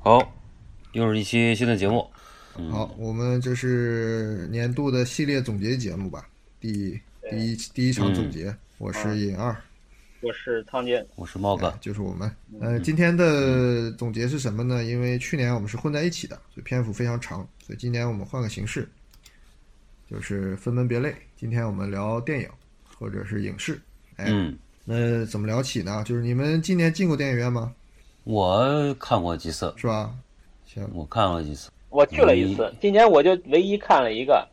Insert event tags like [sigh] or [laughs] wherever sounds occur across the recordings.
好，又是一期新的节目。嗯好，我们这是年度的系列总结节目吧，第第一第一场总结，我是尹二，我是汤健，我是猫哥哎，就是我们。嗯呃，今天的总结是什么呢？因为去年我们是混在一起的，所以篇幅非常长，所以今年我们换个形式，就是分门别类。今天我们聊电影或者是影视。哎，嗯，那怎么聊起呢？就是你们今年进过电影院吗？我看过几次，是吧？行，我看过几次。我去了一嗯次，今年我就唯一看了一个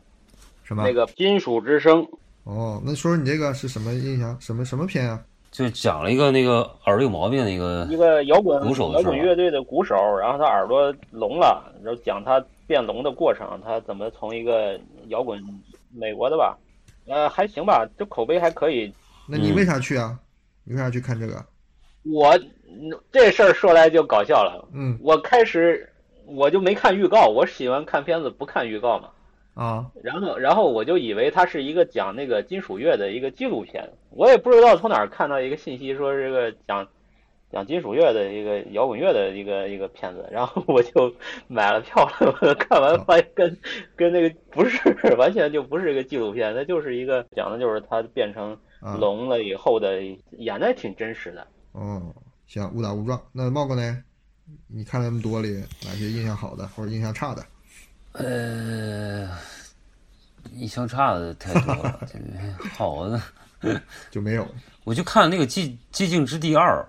是吧？那个《金属之声》，哦，那说说你这个是什么印象？什么什么片啊？就讲了一个那个耳朵有毛病的一个一，个摇滚鼓手的摇事儿啊滚吧乐队的鼓手，然后他耳朵聋了，然后讲他变聋的过程，他怎么从一个摇滚美国的吧，呃，还行吧，这口碑还可以。那你嗯为啥去啊？你为啥去看这个？我嗯这事儿说来就搞笑了，嗯我开始我就没看预告，我喜欢看片子不看预告嘛，啊，然后然后我就以为它是一个讲那个金属乐的一个纪录片，我也不知道从哪儿看到一个信息说这个讲讲金属乐的一个摇滚乐的一个一个片子，然后我就买了票了，看完发现跟跟那个不是完全就不是一个纪录片，它就是一个讲的就是他变成啊聋了以后的，演的还挺真实的。哦，行，误打误撞。那茂哥呢？你看了那么多里，哪些印象好的或者印象差的？呃，印象差的太多了。这个好的，就没有。我就看那个寂《寂静之地二》，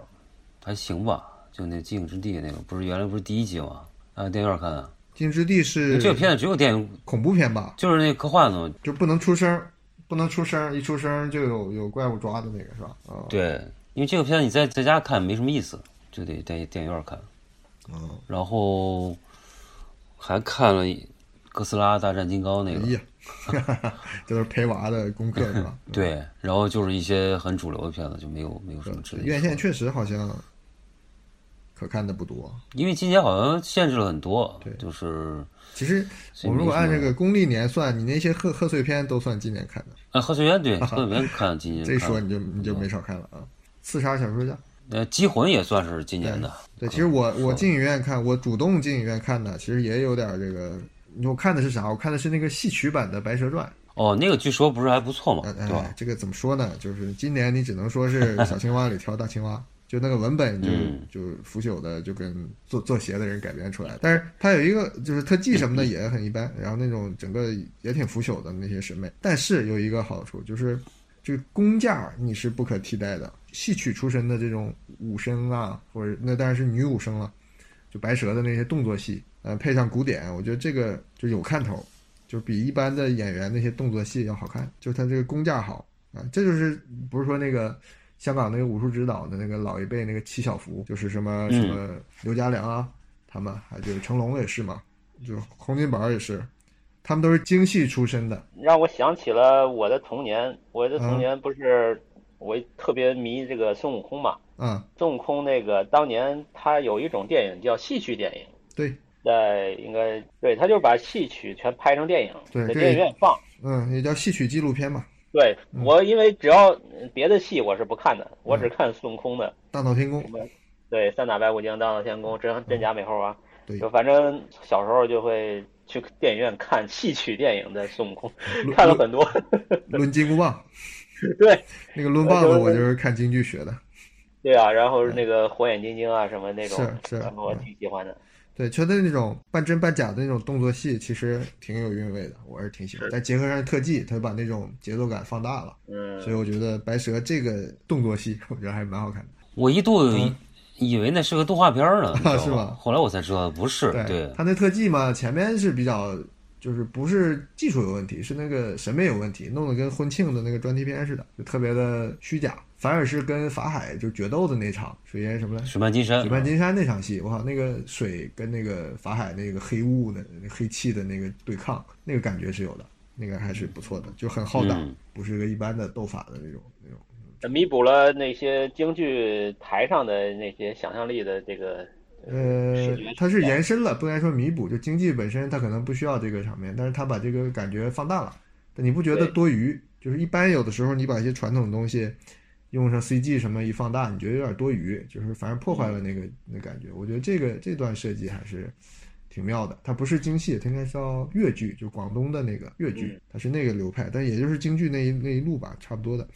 还行吧，就那《寂静之地》那个，不是原来不是第一集吗？啊，电影院看的。 《禁之地》是这个片子只有电影，恐怖片吧？就是那个科幻的嘛。就不能出声，不能出声，一出声就有有怪物抓的那个是吧？啊，对，因为这个片子你在在家看没什么意思，就得在电影院看。哦，然后还看了一《哥斯拉大战金刚》那哎个，呀， [laughs] 这啊都是陪娃的功课是吧？ [laughs] 对，然后就是一些很主流的片子，就没有没有什么值得一说。嗯院线确实好像可看的不多。因为今年好像限制了很多对，就是其实所以我们如果没什按么这个公历年算，你那些贺贺岁片都算今年看的。啊，贺岁片 [laughs] 对贺岁片看今年这一看嗯说了你就你就没少看了啊。刺杀小说家，呃，《机魂》也算是今年的，对，其实我我进影院看，我主动进影院看的，其实也有点儿这个。你说我看的是啥？我看的是那个戏曲版的《白蛇传》。哦，那个据说不是还不错嘛，哎哦对吧哎？，这个怎么说呢？就是今年你只能说是小青蛙里挑大青蛙，就那个文本就嗯就腐朽的，就跟做做鞋的人改编出来的。但是它有一个就是特技什么的也很一般，然后那种整个也挺腐朽的那些审美。但是有一个好处就是，这个工价你是不可替代的。戏曲出身的这种武生啊，或者那当然是女武生了、就白蛇的那些动作戏，呃，配上古典，我觉得这个就有看头，就比一般的演员那些动作戏要好看，就是他这个功架好啊。这就是不是说那个 [laughs] 香港那个武术指导的那个老一辈那个七小福，就是什么嗯什么刘家良啊，他们还就是成龙也是嘛，就是洪金宝也是，他们都是京戏出身的。让我想起了我的童年，我的嗯童年不是我特别迷这个孙悟空嘛。啊，孙悟空那个当年他有一种电影叫戏曲电影，对，在应该对他就是把戏曲全拍成电影，对在这电影院放。嗯，也叫戏曲纪录片嘛，对嗯我，因为只要别的戏我是不看的，我只看孙悟空的， 《大闹天宫》什。么对三打白骨精、大闹天宫、嗯真真假美猴王、对就反正小时候就会去电影院看戏曲电影的孙悟空，抡看了很多。 [laughs] 抡金箍棒，对那个抡棒子我就是看京剧学的。对啊，然后那个火眼金睛啊什么那种，嗯是嗯是然后我挺喜欢的。对，觉得那种半真半假的那种动作戏，其实挺有韵味的，我是挺喜欢。再结合上特技，它把那种节奏感放大了，嗯，所以我觉得《白蛇》这个动作戏，我觉得还蛮好看的。我一度嗯以为那是个动画片儿呢，你知道 [laughs] 是吧后来我才知道不是，对，它那特技嘛，前面是比较，就是不是技术有问题，是那个审美有问题，弄得跟婚庆的那个专题片似的，就特别的虚假。反而是跟法海就决斗的那场水淹什么来着？水漫金山水，漫金山那场戏，我靠，那个水跟那个法海那个黑雾的那黑气的那个对抗，那个感觉是有的，那个还是不错的，就很浩荡，嗯不是一个一般的斗法的那种那种。弥补了那些京剧台上的那些想象力的这 [laughs] 个，呃视觉，它是延伸了，不该说弥补，就经济本身它可能不需要这个场面，但是它把这个感觉放大了，但你不觉得对多余？就是一般有的时候你把一些传统的东西，用上 CG 什么一放大，你觉得有点多余，就是反正破坏了嗯那个那感觉。我觉得这个这段设计还是挺妙的，它不是京戏，它应该叫越剧，就广东的那个越剧，嗯它是那个流派，但也就是京剧那一那一路吧，差不多的，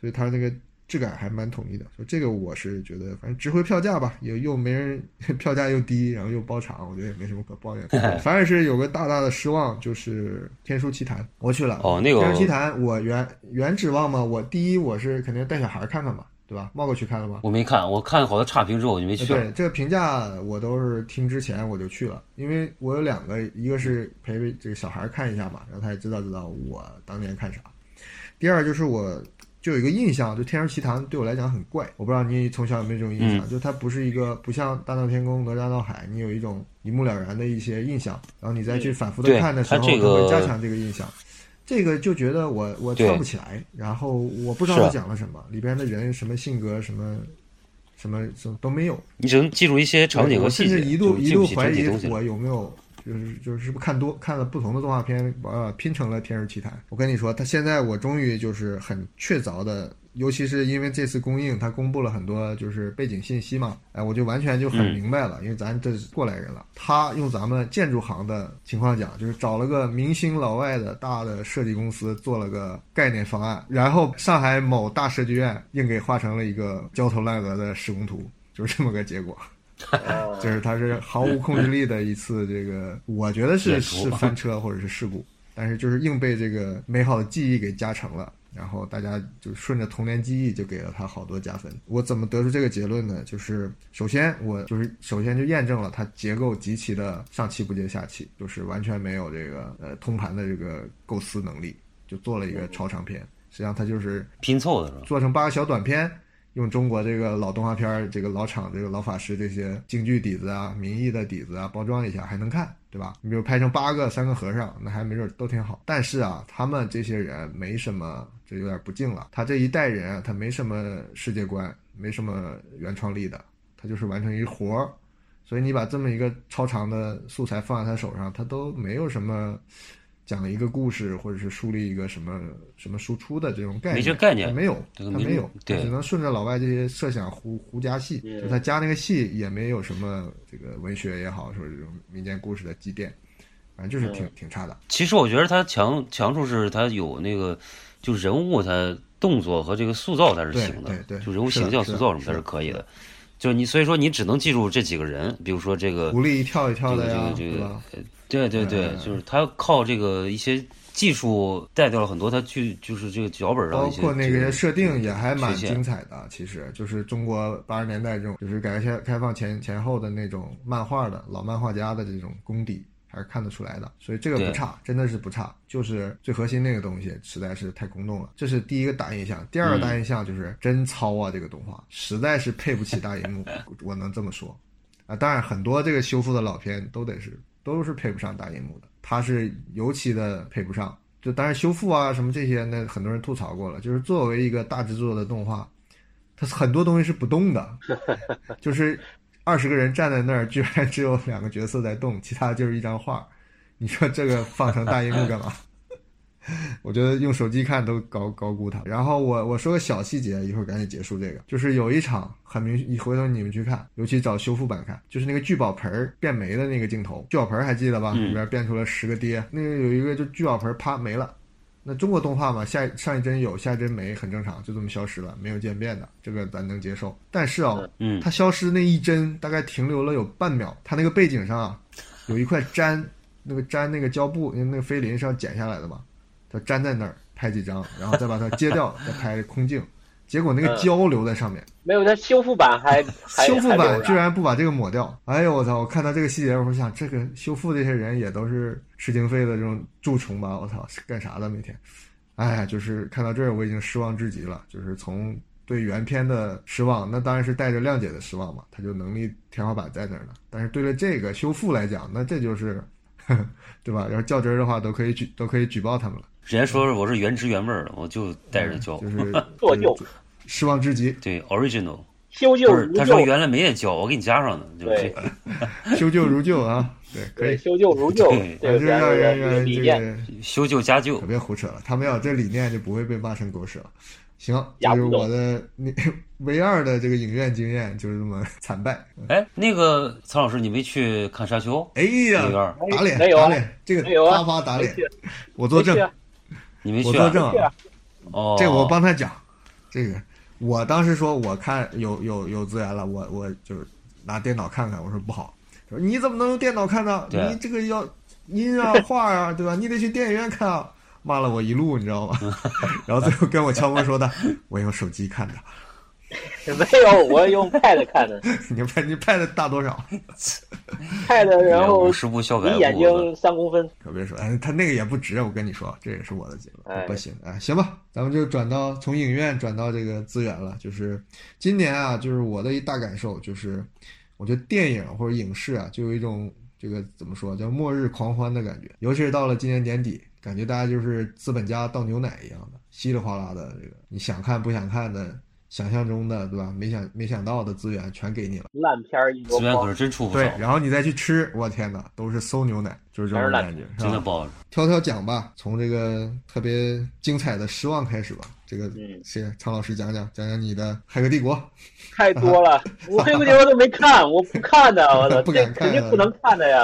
所以它那个质感还蛮统一的。所以这个我是觉得，反正值回票价吧，也又没人 [laughs] 票价又低，然后又包场，我觉得也没什么可抱怨 [laughs] 的。反而是有个大大的失望，就是《天书奇谭》，我去了，哦，那个《天书奇谭》，我原原指望嘛，我第一我是肯定带小孩看看嘛，对吧？茂哥去看了吗？我没看，我看好多差评之后我就没呃去了。啊对这个评价，我都是听之前我就去了，因为我有两个，一个是陪陪这个小孩看一下嘛，让他也知道知道我当年看啥；第二就是我就有一个印象，就《天书奇谭》对我来讲很怪，我不知道你从小有没有这种嗯印象，就它不是一个不像《大闹天宫》《哪吒闹海》，你有一种一目了然的一些印象，然后你再去反复的对看的时它候，这它会个加强这个印象。这个就觉得我我对跳不起来，然后我不知道他是啊讲了什么，里边的人什么性格什么什么什么都没有，你只能记住一些场景我和甚细至节，一度就一记不度起怀整体疑东西了。我有没有就是就是是不是看多看了不同的动画片，呃，拼成了《天书奇谭》。我跟你说，他现在我终于就是很确凿的，尤其是因为这次公映，他公布了很多就是背景信息嘛，哎，我就完全就很嗯明白了，因为咱这是过来人了。他用咱们建筑行的情况讲，就是找了个明星老外的大的设计公司做了个概念方案，然后上海某大设计院硬给画成了一个焦头烂额的施工图，就是这么个结果。哦就是它是毫无控制力的一次这个，我觉得是演出是吧翻车或者是事故，但是就是硬被这个美好的记忆给加成了。然后大家就顺着童年记忆就给了他好多加分。我怎么得出这个结论呢？就是首先我就是首先就验证了它结构极其的上气不接下气，就是完全没有这个呃通盘的这个构思能力，就做了一个超长篇。实际上它就是拼凑的是吧？做成八个小短片，用中国这个老动画片儿、这个老厂、这个老法师这些京剧底子啊、民艺的底子啊，包装一下还能看，对吧？你比如拍成八个、三个和尚，那还没准儿都挺好。但是啊，他们这些人没什么，这有点不敬了。他这一代人啊，他没什么世界观，没什么原创力的，他就是完成一活儿。所以你把这么一个超长的素材放在他手上，他都没有什么讲一个故事，或者是树立一个什么什么输出的这种概念，没这概念他没有，这个他没没有，对他只能顺着老外这些设想胡胡加戏，嗯就他加那个戏也没有什么这个文学也好，说这种民间故事的积淀，反正就是嗯挺、挺差的。其实我觉得他强强处是他有那个，就人物他动作和这个塑造他是对行的对，对就人物是的形象是塑的造什么是他的是可以是的。就你所以说你只能记住这几个人，比如说这个，狐狸一跳一跳的呀，这个这个对吧？对对对，嗯就是他靠这个一些技术带掉了很多他剧就是这个脚本上包的一些括那这个个设定也还蛮缺陷精彩的，其实就是中国八十年代这种，就是改革开放前前后的那种漫画的老漫画家的这种功底，还是看得出来的。所以这个不对差，真的是不差。就是最核心那个东西实在是太空洞了，这是第一个大印象。第二个大印象就是真糙啊，这个动画实在是配不起大荧幕，我能这么说。啊，当然很多这个修复的老片都得是都是配不上大银幕的，它是尤其的配不上。就当然修复啊什么这些，那很多人吐槽过了，就是作为一个大制作的动画，它很多东西是不动的，就是二十个人站在那儿，居然只有两个角色在动，其他就是一张画儿。你说这个放成大荧幕干嘛？我觉得用手机看都高高估它。然后我我说个小细节，一会儿赶紧结束这个，就是有一场很明，你回头你们去看，尤其找修复版看，就是那个聚宝盆儿变没的那个镜头，聚宝盆儿还记得吧？嗯里边变出了十个爹，那个有一个就聚宝盆儿啪没了。那中国动画嘛，下上一帧有，下一帧没，很正常，就这么消失了，没有渐变的，这个咱能接受。但是啊、嗯它消失那一帧大概停留了有半秒，它那个背景上啊，有一块粘， [laughs] 那个粘那个胶布，因为那个菲林是要剪下来的嘛，它粘在那儿拍几张，然后再把它揭掉，再拍空镜，结果那个嗯胶留在上面。没有，它修复 [laughs] 版还还修复还版留着居然不把这个抹掉，哎呦我操！我看到这个细节，我想这个修复这些人也都是吃经费的这种蛀虫吧？我操，是干啥的每天？哎呀，就是看到这儿我已经失望至极了，就是从对原片的失望，那当然是带着谅解的失望嘛，他就能力天花板在那儿呢。但是对了这个修复来讲，那这就是， [laughs] 呵呵对吧？要是较真儿的话，都可以举都可以举报他们了，哎人家说我是原汁原味儿的，我就带着教嗯就，是 [laughs] 做旧，就是失望至极， [laughs] 对 original，修旧不是如他说旧，原来没也教，我给你加上的，就是这对个修旧如旧啊，对，可以，修旧如旧对，这个 [laughs] 就是让是人一个让理这念。个。修旧加旧可，别胡扯了，他们要有这理念就不会被骂成狗屎了。行，这就是我的那唯二的这个影院经验，就是这么惨败。哎，那个曹老师，你没去看沙丘？哎呀没有啊，打脸没有啊打脸，这个没有啊啪啪打没脸去，我作证没去，啊你没去、我作啊？证没去啊啊，哦，这个我帮他讲，这个我当时说我看有有有资源了，我我就是拿电脑看看，我说不好，说你怎么能用电脑看呢？对你这个要音啊画啊，对吧？你得去电影院看啊。骂了我一路，你知道吗？ [laughs] 然后最后跟我敲门说的， [laughs] 我用手机看的。 [laughs] [laughs] 没有，我用 Pad 看的你拍你拍的大多少？ Pad，然后哎五十步笑百离步，眼睛三公分。可别说，哎，他那个也不值，我跟你说，这也是我的结论，哎不行啊、哎行吧，咱们就转到从影院转到这个资源了。就是今年啊，就是我的一大感受就是，我觉得电影或者影视啊，就有一种这个怎么说叫末日狂欢的感觉。尤其是到了今年年底，感觉大家就是资本家倒牛奶一样的，稀里哗啦的，这个你想看不想看的，想象中的对吧？没想没想到的资源全给你了。烂片儿一箩资源可筐，是真出不对少，，然后你再去吃，我天哪，都是馊牛奶，就是这全是种烂感觉，是真吧的不好吃。挑挑讲吧，从这个特别精彩的失望开始吧。这个嗯谁，常老师讲讲，讲讲你的《骇客帝国》。太 [laughs] 多了。我黑客帝国都没看，我不看的，我操，不这敢看啊肯定不能看的呀。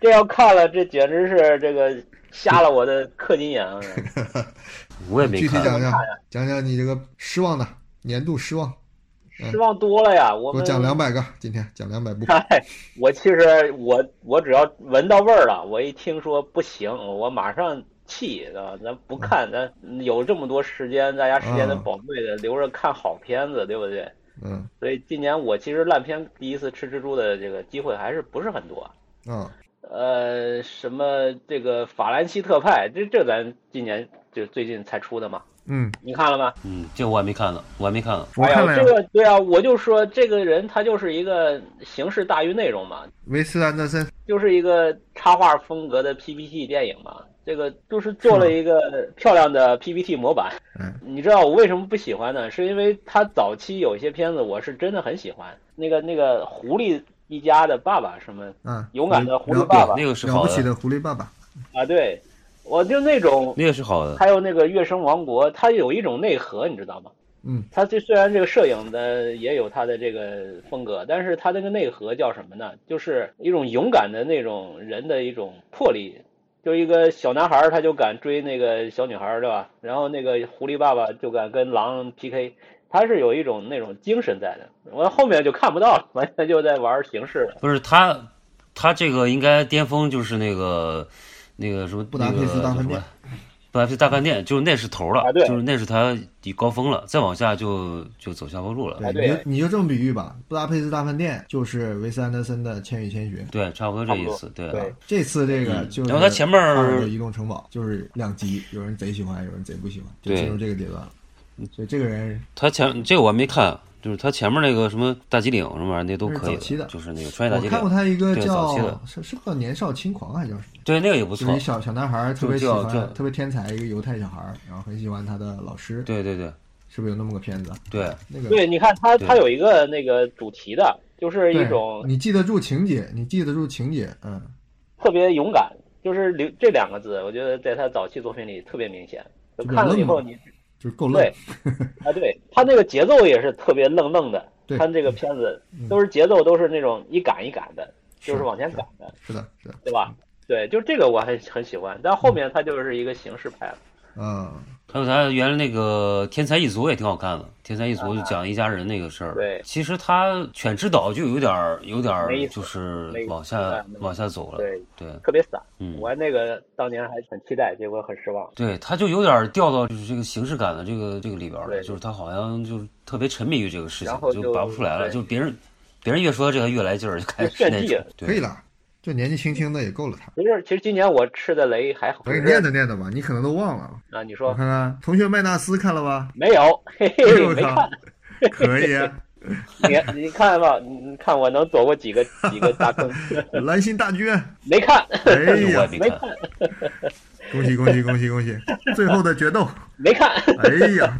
这要看了，这简直是这个瞎了我的氪金眼啊。我也没具体看，讲讲看呀，讲讲你这个失望的年度失望，失望多了呀！我嗯给我们讲 [laughs] 两百个，今天讲两百部。嗨，我其实我我只要闻到味儿了，我一听说不行，我马上气啊！咱不看，咱有这么多时间，大家时间都嗯宝贵的，留着看好片子，对不对？嗯所以今年我其实烂片第一次吃蜘蛛的这个机会还是不是很多。啊，呃，什么这个法兰西特派，这这咱今年就最近才出的嘛，嗯，你看了吗？嗯，这我还没看呢，我还没看呢。我看了哎呀，这呀。个对啊，我就说这个人他就是一个形式大于内容嘛，维斯安德森，就是一个插画风格的 PPT 电影嘛，这个就是做了一个漂亮的 PPT 模板。嗯你知道我为什么不喜欢呢？是因为他早期有一些片子我是真的很喜欢，那个那个狐狸一家的爸爸什么啊，勇敢的狐狸了爸爸那个是了好不起的，的狐狸爸爸。啊，对，我就那种那个是好的。还有那个《月升王国》，它有一种内核，你知道吗？嗯，它这虽然这个摄影的也有它的这个风格，但是它那个内核叫什么呢？就是一种勇敢的那种人的一种魄力。就一个小男孩儿，他就敢追那个小女孩儿，对吧？然后那个狐狸爸爸就敢跟狼 PK，他是有一种那种精神在的。我后面就看不到了，完全就在玩儿形式了。不是他，他这个应该巅峰就是那个那个什么布达佩斯大饭那个店，叫什么布达佩斯大饭店就是那是头了，啊对就是那是他高峰了，再往下就就走下坡路了。对，哎你对就你就这么比喻吧，《布达佩斯大饭店》就是维斯安德森的《千与千寻》。对，差不多这意思。对，啊嗯对这次这个就是，然后它前面儿的移动城堡就是两极，有人贼喜欢，有人贼不喜欢，就对嗯进入这个阶段了。所以这个人他前这个我还没看，就是他前面那个什么大吉岭什么玩意儿，那都那是可以早期的就是那个穿越大我吉看过岭，他一个对早期的叫是是不是叫年少轻狂还是叫什么？对那个也不就错是一。小小男孩儿特别喜就叫叫欢，特别天才一个犹太小孩儿，然后很喜欢他的老师，对对对是不是有那么个片子？对，那个对，你看他对他有一个那个主题的，就是一对种你记得住情节，你记得住情节，嗯，特别勇敢，就是留这两个字，我觉得在他早期作品里特别明显。就就比较看了以愣嘛后你，就是够愣。对，啊，对他那个节奏也是特别愣愣的对。他这个片子嗯都是节奏都是那种一赶一赶的，就是是往前赶的，是的，是的，对吧？对，就这个我很很喜欢，但后面他就是一个形式派了。啊，还有咱原来那个《天才一族》也挺好看的，《天才一族》就讲一家人那个事儿。对其实他《犬之岛》就有点儿，有点儿没意思就是没意思往下哎没意思往下嗯走了。对，对，特别散。嗯，我那个当年还很期待，结果很失望。对，他就有点儿掉到就是这个形式感的这个这个里边儿了，对就是他好像就是特别沉迷于这个事情然后，就拔不出来了。对就别人别人越说这个越来劲儿，就开始炫那技种了。对可以了，就年纪轻轻的也够了他。其实，其实今年我吃的雷还好。我哎给你念叨念叨吧，你可能都忘了。啊，你我说看看，同学麦纳斯看了吧？没有？嘿哎呦嘿，我没看靠。，可以啊！你你看吧，你你看我能走过几个几个大 [laughs] 坑？蓝心大军，没看，哎这个我也呀，没没看，恭喜恭喜恭喜恭喜！最后的决斗，没看，哎呀，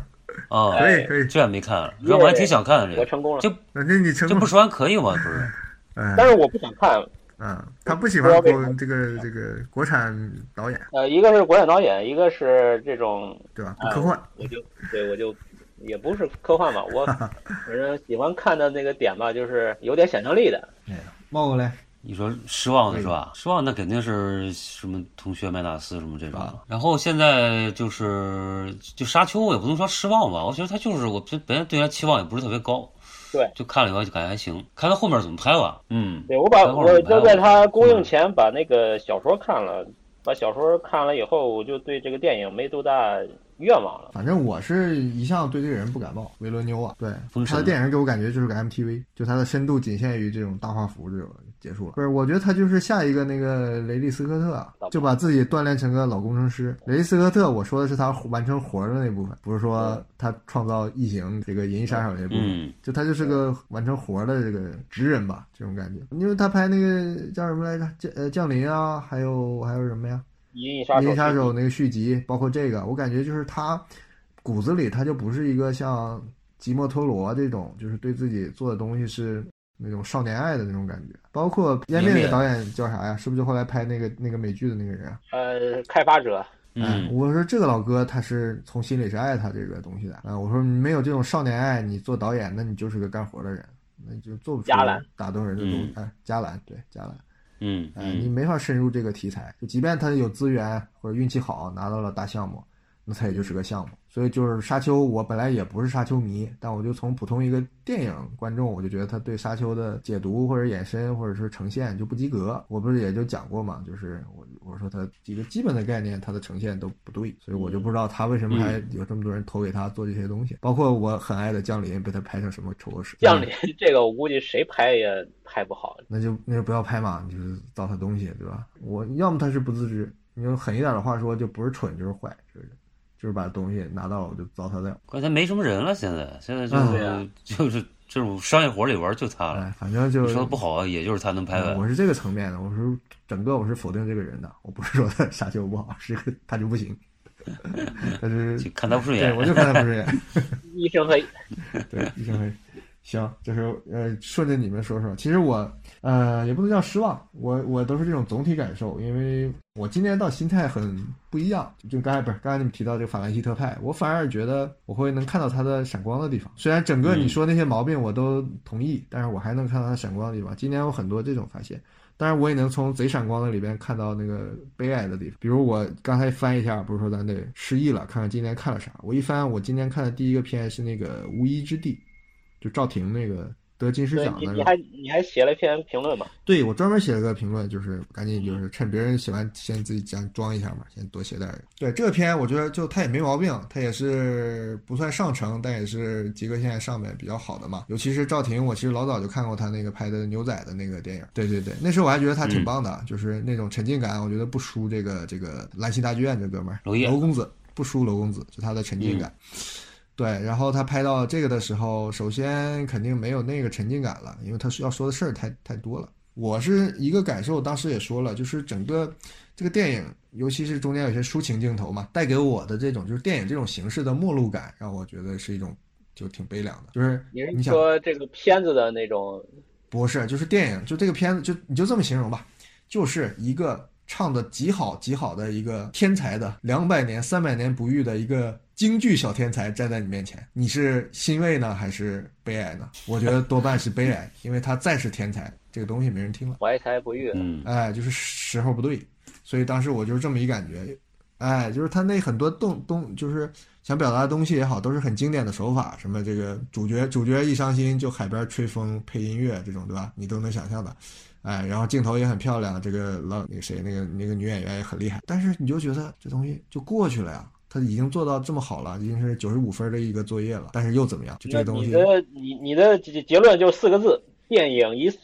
啊，可以可以，这也没看，耶主要我还挺想看的这我个。成功了。这那那你成这功不说完可以吗？不是，哎但是我不想看，啊，他不喜欢国这个这个国产导演，呃，一个是国产导演，一个是这种，对吧？不科幻，我就对我就也不是科幻吧，我反正喜欢看的那个点吧，就是有点想象力的。哎呀，冒过来，你说失望的是吧？失望那肯定是什么同学麦纳斯什么这啊种。然后现在就是就沙丘，我也不能说失望吧，我觉得他就是我本本来对他期望也不是特别高，对，就看了以后就感觉还行。看他后面怎么拍吧，嗯，对我把看后面我怎么拍就在吧它公映前把那个小说看了，把小说看了以后，我就对这个电影没多大愿望了。反正我是一向对这个人不感冒，维伦纽瓦。对封，神他的电影给我感觉就是个 MTV，就他的深度仅限于这种大画幅这种结束了。不是，我觉得他就是下一个那个雷利斯科特啊，就把自己锻炼成个老工程师。雷利斯科特，我说的是他完成活儿的那部分，不是说他创造异形这个银翼杀手那部分。嗯，就他就是个完成活儿的这个职人吧，这种感觉。因为他拍那个叫什么来着？降呃降临啊，还有还有什么呀？银翼《杀手嗯银翼杀手》那个续集，包括这个，我感觉就是他骨子里他就不是一个像吉莫托罗这种，就是对自己做的东西是那种少年爱的那种感觉。包括湮灭那个导演叫啥呀？是不是就后来拍那个那个美剧的那个人啊？呃开发者，哎嗯，我说这个老哥他是从心里是爱他这个东西的啊、我说你没有这种少年爱，你做导演那你就是个干活的人，那你就做不出加兰嗯打动人的东西。哎，加兰对加兰。嗯哎，你没法深入这个题材。就即便他有资源或者运气好拿到了大项目，那他也就是个项目。所以就是沙丘，我本来也不是沙丘迷，但我就从普通一个电影观众，我就觉得他对沙丘的解读或者延伸或者是呈现就不及格。我不是也就讲过嘛，就是我我说他几个基本的概念，他的呈现都不对，所以我就不知道他为什么还有这么多人投给他做这些东西。包括我很爱的降临被他拍成什么丑恶史，降临 [laughs] 这个我估计谁拍也拍不好。那就那就不要拍嘛，你就是糟蹋东西，对吧？我要么他是不自知，你用狠一点的话说，就不是蠢就是坏，就是就是把东西拿到了我就糟蹋掉。关键没什么人了，现在现在就是、嗯 [laughs] 就是这种商业活里玩就他了。哎，反正就啊你是说的不好，也就是他能拍嗯完。我是这个层面的，我是整个我是否定这个人的，我不是说他傻球不好，是个他就 [laughs] 不行， [laughs] 他是就看他不顺眼对我就看他不顺眼。医生和对，医生会。行，就是呃，顺着你们说说，其实我呃也不能叫失望，我我都是这种总体感受，因为我今年到心态很不一样，就刚才不是刚才你们提到这个法兰西特派，我反而觉得我会能看到它的闪光的地方，虽然整个你说那些毛病我都同意，但是我还能看到它闪光的地方。今年有很多这种发现，当然，我也能从贼闪光的里边看到那个悲哀的地方。比如我刚才翻一下，不是说咱得失忆了，看看今年看了啥。我一翻，我今年看的第一个片是那个《无依之地》，就赵婷那个得金狮对奖你的你那还个。你还写了一篇评论嘛？对我专门写了个评论，就是赶紧嗯就是趁别人写完，先自己讲装一下嘛，先多写点儿。对嗯这个片，我觉得就它也没毛病，它也是不算上乘，但也是及格线上面比较好的嘛。尤其是赵婷，我其实老早就看过她那个拍的牛仔的那个电影，对对对，那时候我还觉得她嗯挺棒的，就是那种沉浸感，我觉得不输这个这个兰西大剧院这哥们儿娄烨嗯娄公子，不输娄公子，就他的沉浸感。 [laughs] 对，然后他拍到这个的时候，首先肯定没有那个沉浸感了，因为他要说的事儿太太多了。我是一个感受，当时也说了，就是整个这个电影，尤其是中间有些抒情镜头嘛，带给我的这种就是电影这种形式的末路感，让我觉得是一种就挺悲凉的。就是你你是想说这个片子的那种不是，就是电影，就这个片子，就你就这么形容吧，就是一个唱的极好极好的一个天才的两百年、三百年不遇的一个京剧小天才站在你面前，你是欣慰呢还是悲哀呢？我觉得多半是悲哀，因为他再是天才，这个东西没人听了。怀才不遇？嗯，哎，就是时候不对，所以当时我就是这么一感觉，哎，就是他那很多动动，就是想表达的东西也好，都是很经典的手法，什么这个主角主角一伤心就海边吹风配音乐这种，对吧？你都能想象的，哎，然后镜头也很漂亮，这个老那个谁那个那个女演员也很厉害，但是你就觉得这东西就过去了呀。他已经做到这么好了，已经是九十五分的一个作业了，但是又怎么样？就这啊个那东你西，的你你的结结论就四个字：电影已死。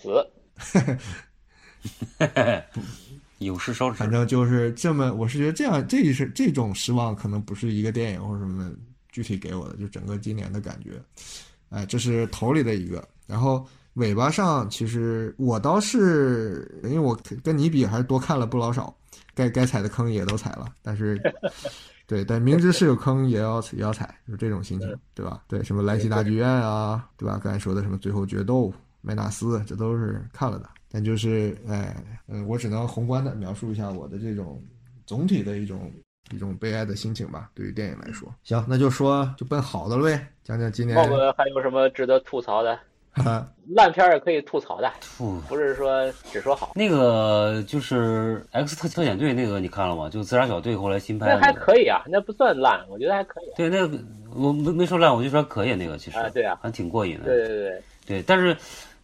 有事烧纸反。正就是这么，我是觉得这样，这是这种失望，可能不是一个电影或者什么具体给我的，就整个今年的感觉。哎，这是头里的一个，然后尾巴上其实我倒是，因为我跟你比还是多看了不老少，该该踩的坑也都踩了，但是。对，但明知是有坑也要也要踩，就是这种心情，对吧？嗯对，什么莱西大剧院啊，对吧？刚才说的什么最后决斗、麦纳斯，这都是看了的。但呃就是，哎，嗯，我只能宏观的描述一下我的这种总体的一种一种悲哀的心情吧，对于电影来说。行，那就说就奔好的了呗，讲讲今年豹哥还有什么值得吐槽的？啊烂片儿也可以吐槽的，吐不是说只说好。那个就是 X 特特遣队那个你看了吗？就自杀小队后来新拍那的那还个。可以啊，那不算烂，我觉得还可以啊。对，那个我没没说烂，我就说可以那个其实。啊对啊还挺过瘾的。对对对对，但是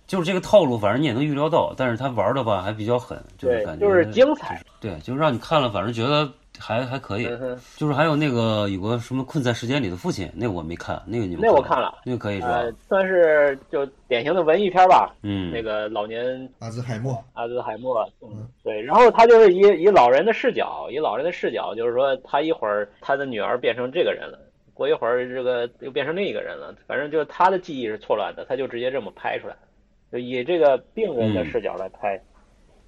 就是这个套路，反正你也能预料到，但是他玩的吧还比较狠，就是对，感觉就是精彩。对，就是让你看了，反正觉得还还可以。嗯哼，就是还有那个有个什么困在时间里的父亲，那个我没看，那个你们那我看看了，了，那个可以是吧？呃，算是就典型的文艺片吧。嗯，那个老年 [laughs] 阿兹海默，阿兹海默，嗯嗯，对，然后他就是以以老人的视角，以老人的视角，就是说他一会儿他的女儿变成这个人了，过一会儿这个又变成另一个人了，反正就是他的记忆是错乱的，他就直接这么拍出来，就以这个病人的视角来拍，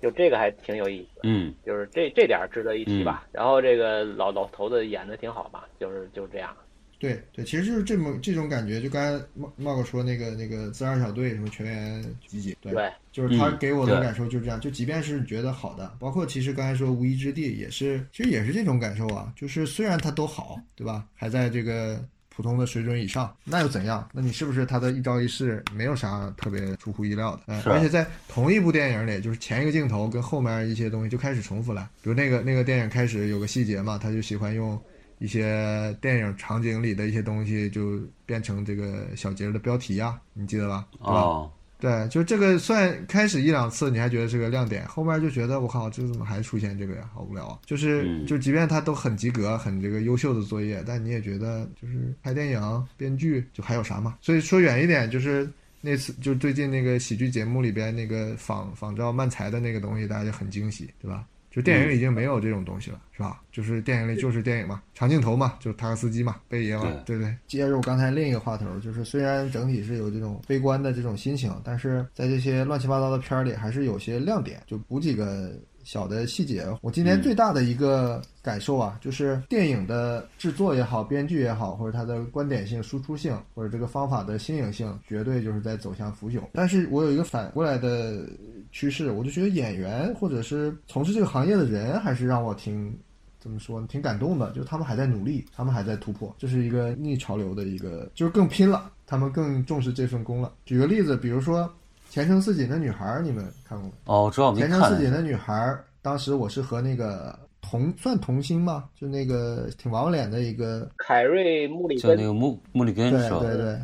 就这个还挺有意思的，嗯就是这这点儿值得一提吧。然后这个老老头子演的挺好吧，就是就这样，对对，其实就是这么这种感觉，就刚才茂茂哥说那个那个自杀小队什么全员集结，对，对，就是他嗯给我的对感受就是这样，就即便是你觉得好的，包括其实刚才说无依之地也是，其实也是这种感受啊，就是虽然它都好，对吧，还在这个。普通的水准以上，那又怎样？那你是不是他的一招一式没有啥特别出乎意料的？嗯，是而且在同一部电影里，就是前一个镜头跟后面一些东西就开始重复了。比如那个那个电影开始有个细节嘛，他就喜欢用一些电影场景里的一些东西就变成这个小节儿的标题呀、你记得吧？对吧？哦，对，就这个算开始一两次，你还觉得是个亮点，后面就觉得我靠，这怎么还出现这个呀？好无聊啊！就是嗯就即便他都很及格、很这个优秀的作业，但你也觉得就是拍电影、编剧就还有啥嘛？所以说远一点，就是那次就最近那个喜剧节目里边那个仿仿照漫才的那个东西，大家就很惊喜，对吧？就电影里已经没有这种东西了，是吧？就是电影里就是电影嘛，长镜头嘛，就是塔可斯基嘛，贝爷嘛，对对。接着我刚才另一个话头，就是虽然整体是有这种悲观的这种心情，但是在这些乱七八糟的片儿里，还是有些亮点，就补几个小的细节。我今年嗯最大的一个感受啊，就是电影的制作也好，编剧也好，或者它的观点性、输出性，或者这个方法的新颖性，绝对就是在走向腐朽。但是我有一个反过来的趋势，我就觉得演员或者是从事这个行业的人，还是让我挺怎么说呢，挺感动的，就是他们还在努力，他们还在突破，这是一个逆潮流的一个，就是更拼了，他们更重视这份工了。举个例子，比如说《前程似锦的女孩》，你们看过吗？哦，我知道我没前程看似，锦的女孩儿，当时我是和那个童算童星嘛，就那个挺娃娃脸的一个，凯瑞穆里叫根那个穆穆里根对是吧？对对，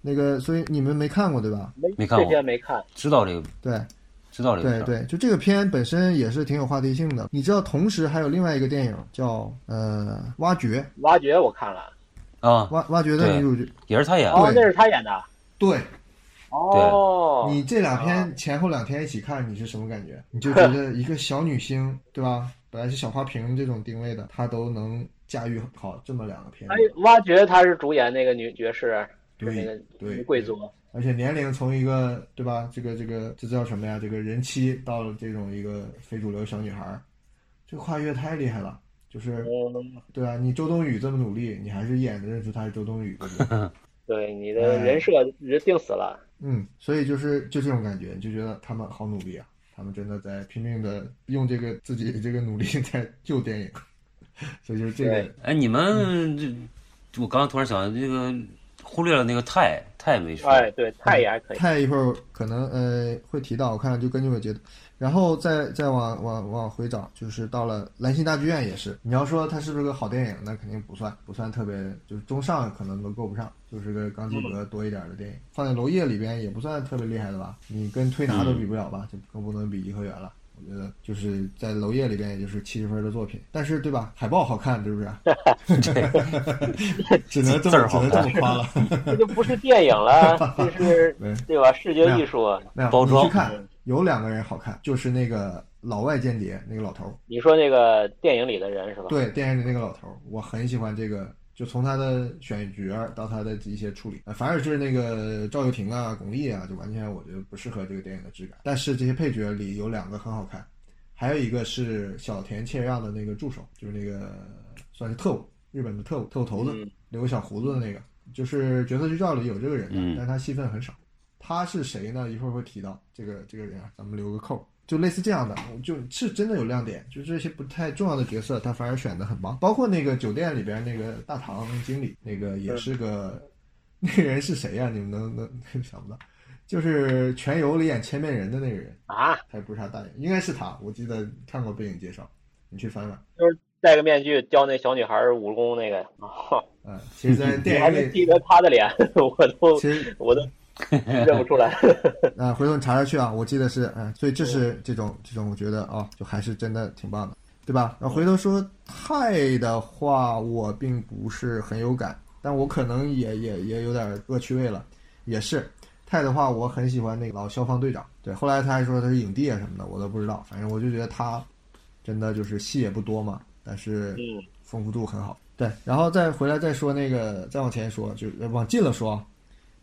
那个，所以你们没看过对吧？没没看过这些没看，知道这个，对，知道这个事对儿。对，就这个片本身也是挺有话题性的。你知道，同时还有另外一个电影叫呃《挖掘》，挖掘我看了，啊，挖挖掘的对女主角。也是他演的。哦，那是他演的，对哦，你这两天前后两天一起看，你是什么感觉？你就觉得一个小女星，对吧？本来是小花瓶这种定位的，她都能驾驭好这么两个片子哎。，挖掘她是主演那个女爵士，是对那个对女贵族，而且年龄从一个对吧，这个这个这叫什么呀？这个人妻到了这种一个非主流小女孩儿，这跨越太厉害了。就是嗯，对啊，你周冬雨这么努力，你还是演的认出她是周冬雨，对不对？对，你的哎人设人定死了， [laughs] 嗯，所以就是就这种感觉，你就觉得他们好努力啊，他们真的在拼命的用这个自己这个努力在救电影， [laughs] 所以就是这个对哎，你们嗯这，我刚刚突然想，那个忽略了那个泰泰没说。哎，对，太也还 [laughs] 可以，太一会儿可能呃会提到，我看就根据我觉得，然后再再往往往回找，就是到了兰心大剧院也是，你要说它是不是个好电影，那肯定不算，不算特别就是中上，可能都够不上，就是个刚及格多一点的电影，放在娄烨里边也不算特别厉害的吧，你跟推拿都比不了吧，就更不能比颐和园了。我觉得就是在娄烨里边，也就是七十分的作品，但是对吧？海报好看，是不是？只能字这么儿只好能看这么夸了。 [laughs] 这就不是电影了，这是对对吧？视觉艺术，没有，包装你去看，有两个人好看，就是那个老外间谍那个老头儿，你说那个电影里的人是吧？对，电影里那个老头儿，我很喜欢这个。就从他的选角儿到他的一些处理，呃反而是那个赵又廷啊、巩俐啊，就完全我觉得不适合这个电影的质感。但是这些配角里有两个很好看，还有一个是小田切让的那个助手，就是那个算是特务，日本的特务特务头子，嗯留个小胡子的那个，就是《角色剧照》里有这个人的，嗯但是他戏份很少。他是谁呢？一会儿会提到这个这个人啊，咱们留个扣。就类似这样的，我就是真的有亮点，就这些不太重要的角色，他反而选的很棒。包括那个酒店里边那个大堂经理，那个也是个，那个人是谁呀、啊你们能 [laughs] 能想不到？就是《全游》里演千面人的那个人，啊，他也不是他代言，应该是他。我记得看过背景介绍，你去翻翻。戴个面具教那小女孩儿武功那个，哦、嗯，其实， [laughs] 在我电还影没里，记得她的脸， [laughs] 我都其实我都认不出 [laughs] 来。呃，回头你查查去啊，我记得是，嗯、所以这是这种这种，我觉得啊、就还是真的挺棒的，对嗯吧？然后回头说泰的话，我并不是很有感，但我可能也也也有点恶趣味了，也是。泰的话，我很喜欢那个老消防队长，对，后来他还说他是影帝啊什么的，我都不知道，反正我就觉得他真的就是戏也不多嘛，但是嗯丰富度很好。对，然后再回来再说那个，再往前说，就呃往近了说啊，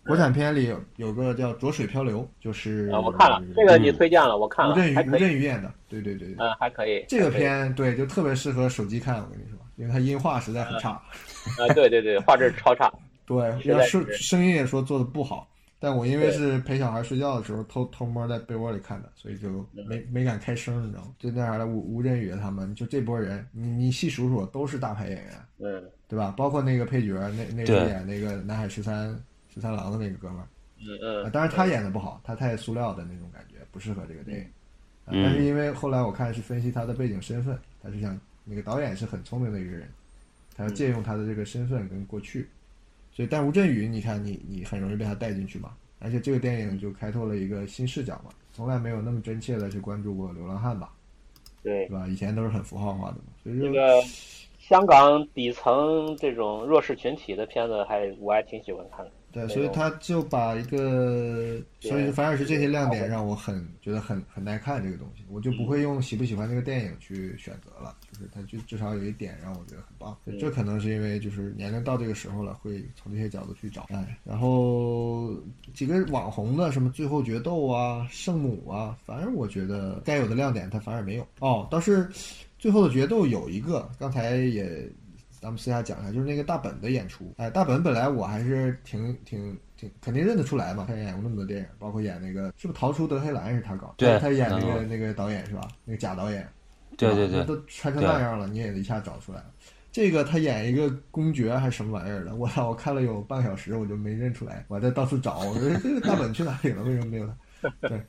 国产片里有有个叫《浊水漂流》，就是啊，我看了这个，你推荐了，我看吴了镇，宇还吴可以，镇宇演的，嗯对对对对，嗯，还可以。这个还可以片对就特别适合手机看，我跟你说，因为它音画实在很差，啊，对对对，画质 [laughs] 超差。对，实要在声是声音也说做的不好。但我因为对是陪小孩睡觉的时候偷偷摸在被窝里看的，所以就嗯没没敢开声，你知道吗？就那啥的吴吴镇宇他们，就这波人，你你细数数都是大牌演员，嗯对吧？包括那个配角，那那个对演那个南海十三十三郎的那个哥们儿，嗯啊嗯，当然他演的不好，他太塑料的那种感觉，不适合这个电影。啊嗯但是因为后来我看是分析他的背景身份，他是想那个导演是很聪明的一个人，他要借用他的这个身份跟过去，所以但吴镇宇，你看你你很容易被他带进去嘛，而且这个电影就开拓了一个新视角嘛，从来没有那么真切的去关注过流浪汉吧，对对，吧？以前都是很符号化的嘛，所以这就个香港底层这种弱势群体的片子还，我还挺喜欢看的。对，那所以种他就把一个，对所以反而是这些亮点让我很觉得很很耐看这个东西，我就不会用喜不喜欢这个电影去选择了，就是它就至少有一点让我觉得很棒，这可能是因为就是年龄到这个时候了，会从这些角度去找，哎，然后几个网红的什么最后决斗啊、圣母啊，反正我觉得该有的亮点它反而没有哦，倒是最后的决斗有一个，刚才也咱们私下讲一下，就是那个大本的演出。哎，大本本来我还是挺挺挺肯定认得出来嘛，他演过那么多电影，包括演那个是不是《逃出德黑兰》是他搞的？对他演那个嗯那个导演是吧？那个假导演，对 [laughs] 吧对那对，都穿成那样了，你也一下找出来了。这个他演一个公爵还是什么玩意儿的，我操！我看了有半个小时，我就没认出来，我还在到处找，我说这个大本去哪里了？为什么没有他？对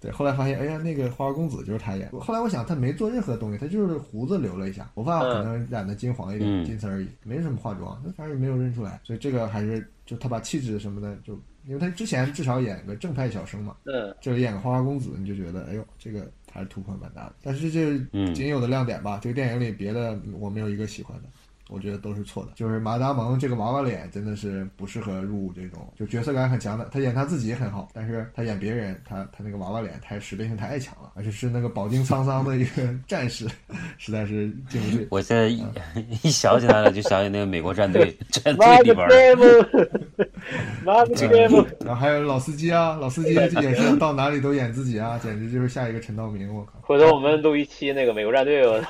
对，后来发现，哎呀，那个花花公子就是他演。后来我想，他没做任何东西，他就是胡子留了一下，头发可能染的金黄一点，嗯仅此而已，没什么化妆，他反正没有认出来。所以这个还是就他把气质什么的，就因为他之前至少演个正派小生嘛，嗯，这里演个花花公子，你就觉得，哎呦，这个还是突破蛮大的。但是这嗯仅有的亮点吧，这个电影里别的我没有一个喜欢的，我觉得都是错的。就是马达蒙这个娃娃脸真的是不适合入这种就角色感很强的，他演他自己很好，但是他演别人，他他那个娃娃脸太识别性太强了，而且是那个饱经沧桑的一个战士， [laughs] 实在是进不去。我现在一嗯一想起来了，就想起那个美国战 [laughs] 队战队 Mad 里边儿的 [laughs] Damon，Mad Damon，然后还有老司机啊，老司机也是到哪里都演自己啊，简直就是下一个陈道明，我靠。回头我们录一期那个美国战队吧，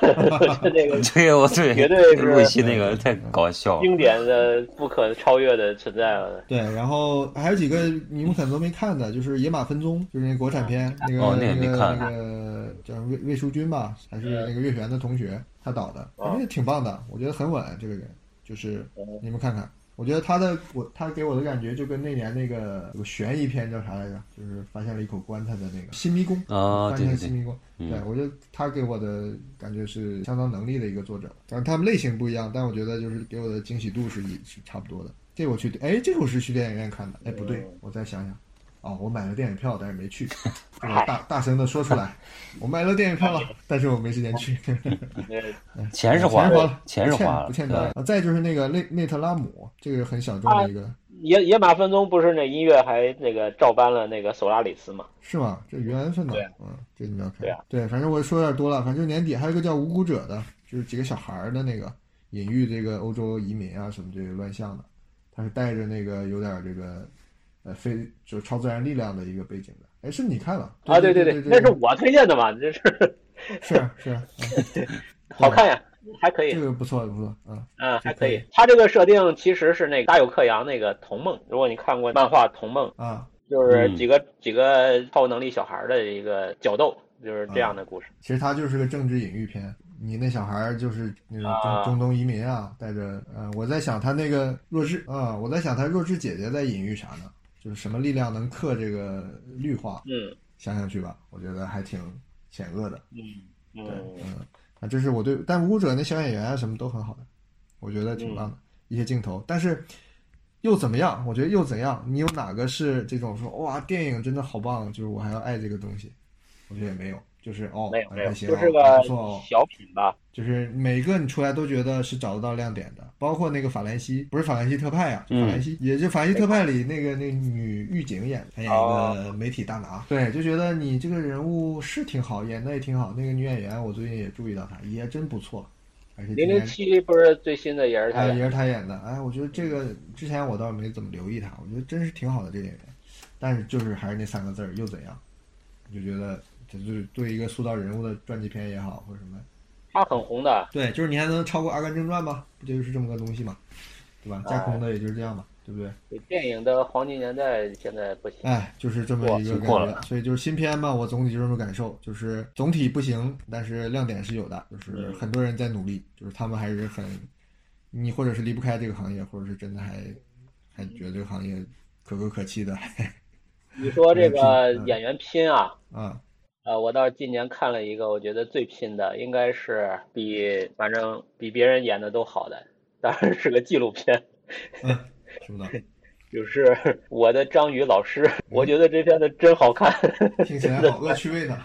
[laughs] 就那 [laughs] 个对，我对，绝对 [laughs] 是露西那个太搞笑了。经典的、不可超越的存在了。对，然后还有几个你们可能都没看的，就是《野马分鬃》，就是那国产片，那个、哦那那也没个看那个叫魏魏淑君吧，还是那个岳璇的同学，他导的，哦反正也挺棒的，我觉得很稳。这个人就是哦你们看看，我觉得他的我他给我的感觉就跟那年那个有个悬疑片叫啥来着，就是发现了一口棺材的那个《新迷宫》啊发对现对新迷宫，嗯对我觉得他给我的感觉是相当能力的一个作者，但他们类型不一样，但我觉得就是给我的惊喜度是一是差不多的。这我去，哎，这个我是去电影院看的，哎，不对，我再想想，哦，我买了电影票，但是没去， [laughs] 这个大大声的说出来， [laughs] 我买了电影哎票了，但是我没时间去，那钱是花嗯了了，，哦钱是不欠花了不，欠对啊表演。啊再就是那个内内特拉姆，这个很小众的一个，野野马分鬃不是那音乐还那个照搬了那个索拉里斯嘛？是吗？这缘分呢对啊？嗯，这你们要看。对啊反正我说有点多了，反正年底还有一个叫《无辜者》的，就是几个小孩儿的那个，隐喻这个欧洲移民啊什么这个乱象的，他是带着那个有点这个，呃，非就是超自然力量的一个背景的。哎，是你看了？啊，对对对对，嗯那是我推荐的嘛，这是是啊是 [laughs] 啊，嗯好看呀，还可以这。个不错不错啊。嗯，还可这以。它这个设定其实是那个大有克洋那个《童梦》，如果你看过漫画《童梦》，啊，就是嗯几个几个超能力小孩儿的一个角斗，就是这样的故事。其实它就是个政治隐喻片。你那小孩儿就是那种中啊中东移民啊，带着呃，我在想他那个弱智啊、我在想他弱智姐姐在隐喻啥呢？就是什么力量能克这个绿化？嗯想想去吧，我觉得还挺险恶的。嗯对，嗯，嗯，啊，这是我对，但舞者那小演员啊什么都很好的，我觉得挺棒的、嗯一些镜头，但是又怎么样？我觉得又怎样？你有哪个是这种说哇，电影真的好棒，就是我还要爱这个东西？我觉得也没有，就是哦，没有没有，还行、就哦，是还个不错哦，小品吧。就是每个你出来都觉得是找得到亮点的，包括那个法兰西，不是法兰西特派啊，就嗯法兰西，也就法兰西特派里那个那个女狱警演的，她演一个哦媒体大拿，对，就觉得你这个人物是挺好，演的也挺好。那个女演员我最近也注意到她，也真不错，而且今零零年七不是最新的也是他哎演也的，是她演的，哎，我觉得这个之前我倒没怎么留意她，我觉得真是挺好的这个演员，但是就是还是那三个字儿又怎样，就觉得这就是对一个塑造人物的传记片也好或者什么。他很红的。对，就是你还能超过《阿甘正传》吗？不就是这么个东西嘛，对吧？哎架空的也就是这样嘛，对不对？电影的黄金年代现在不行。哎，就是这么一个辛感苦觉。了所以就是新片嘛，我总体就是这么感受，就是总体不行，但是亮点是有的，就是嗯很多人在努力，就是他们还是很，你或者是离不开这个行业，或者是真的还还觉得这个行业可歌可泣的你说这个嗯演员拼啊，啊。呃，我倒是今年看了一个，我觉得最拼的应该是比反正比别人演的都好的，当然是个纪录片，嗯，是不是？就是 [laughs] 我的章鱼老师，我觉得这片子真好看， [laughs] 听起来好恶趣味呢。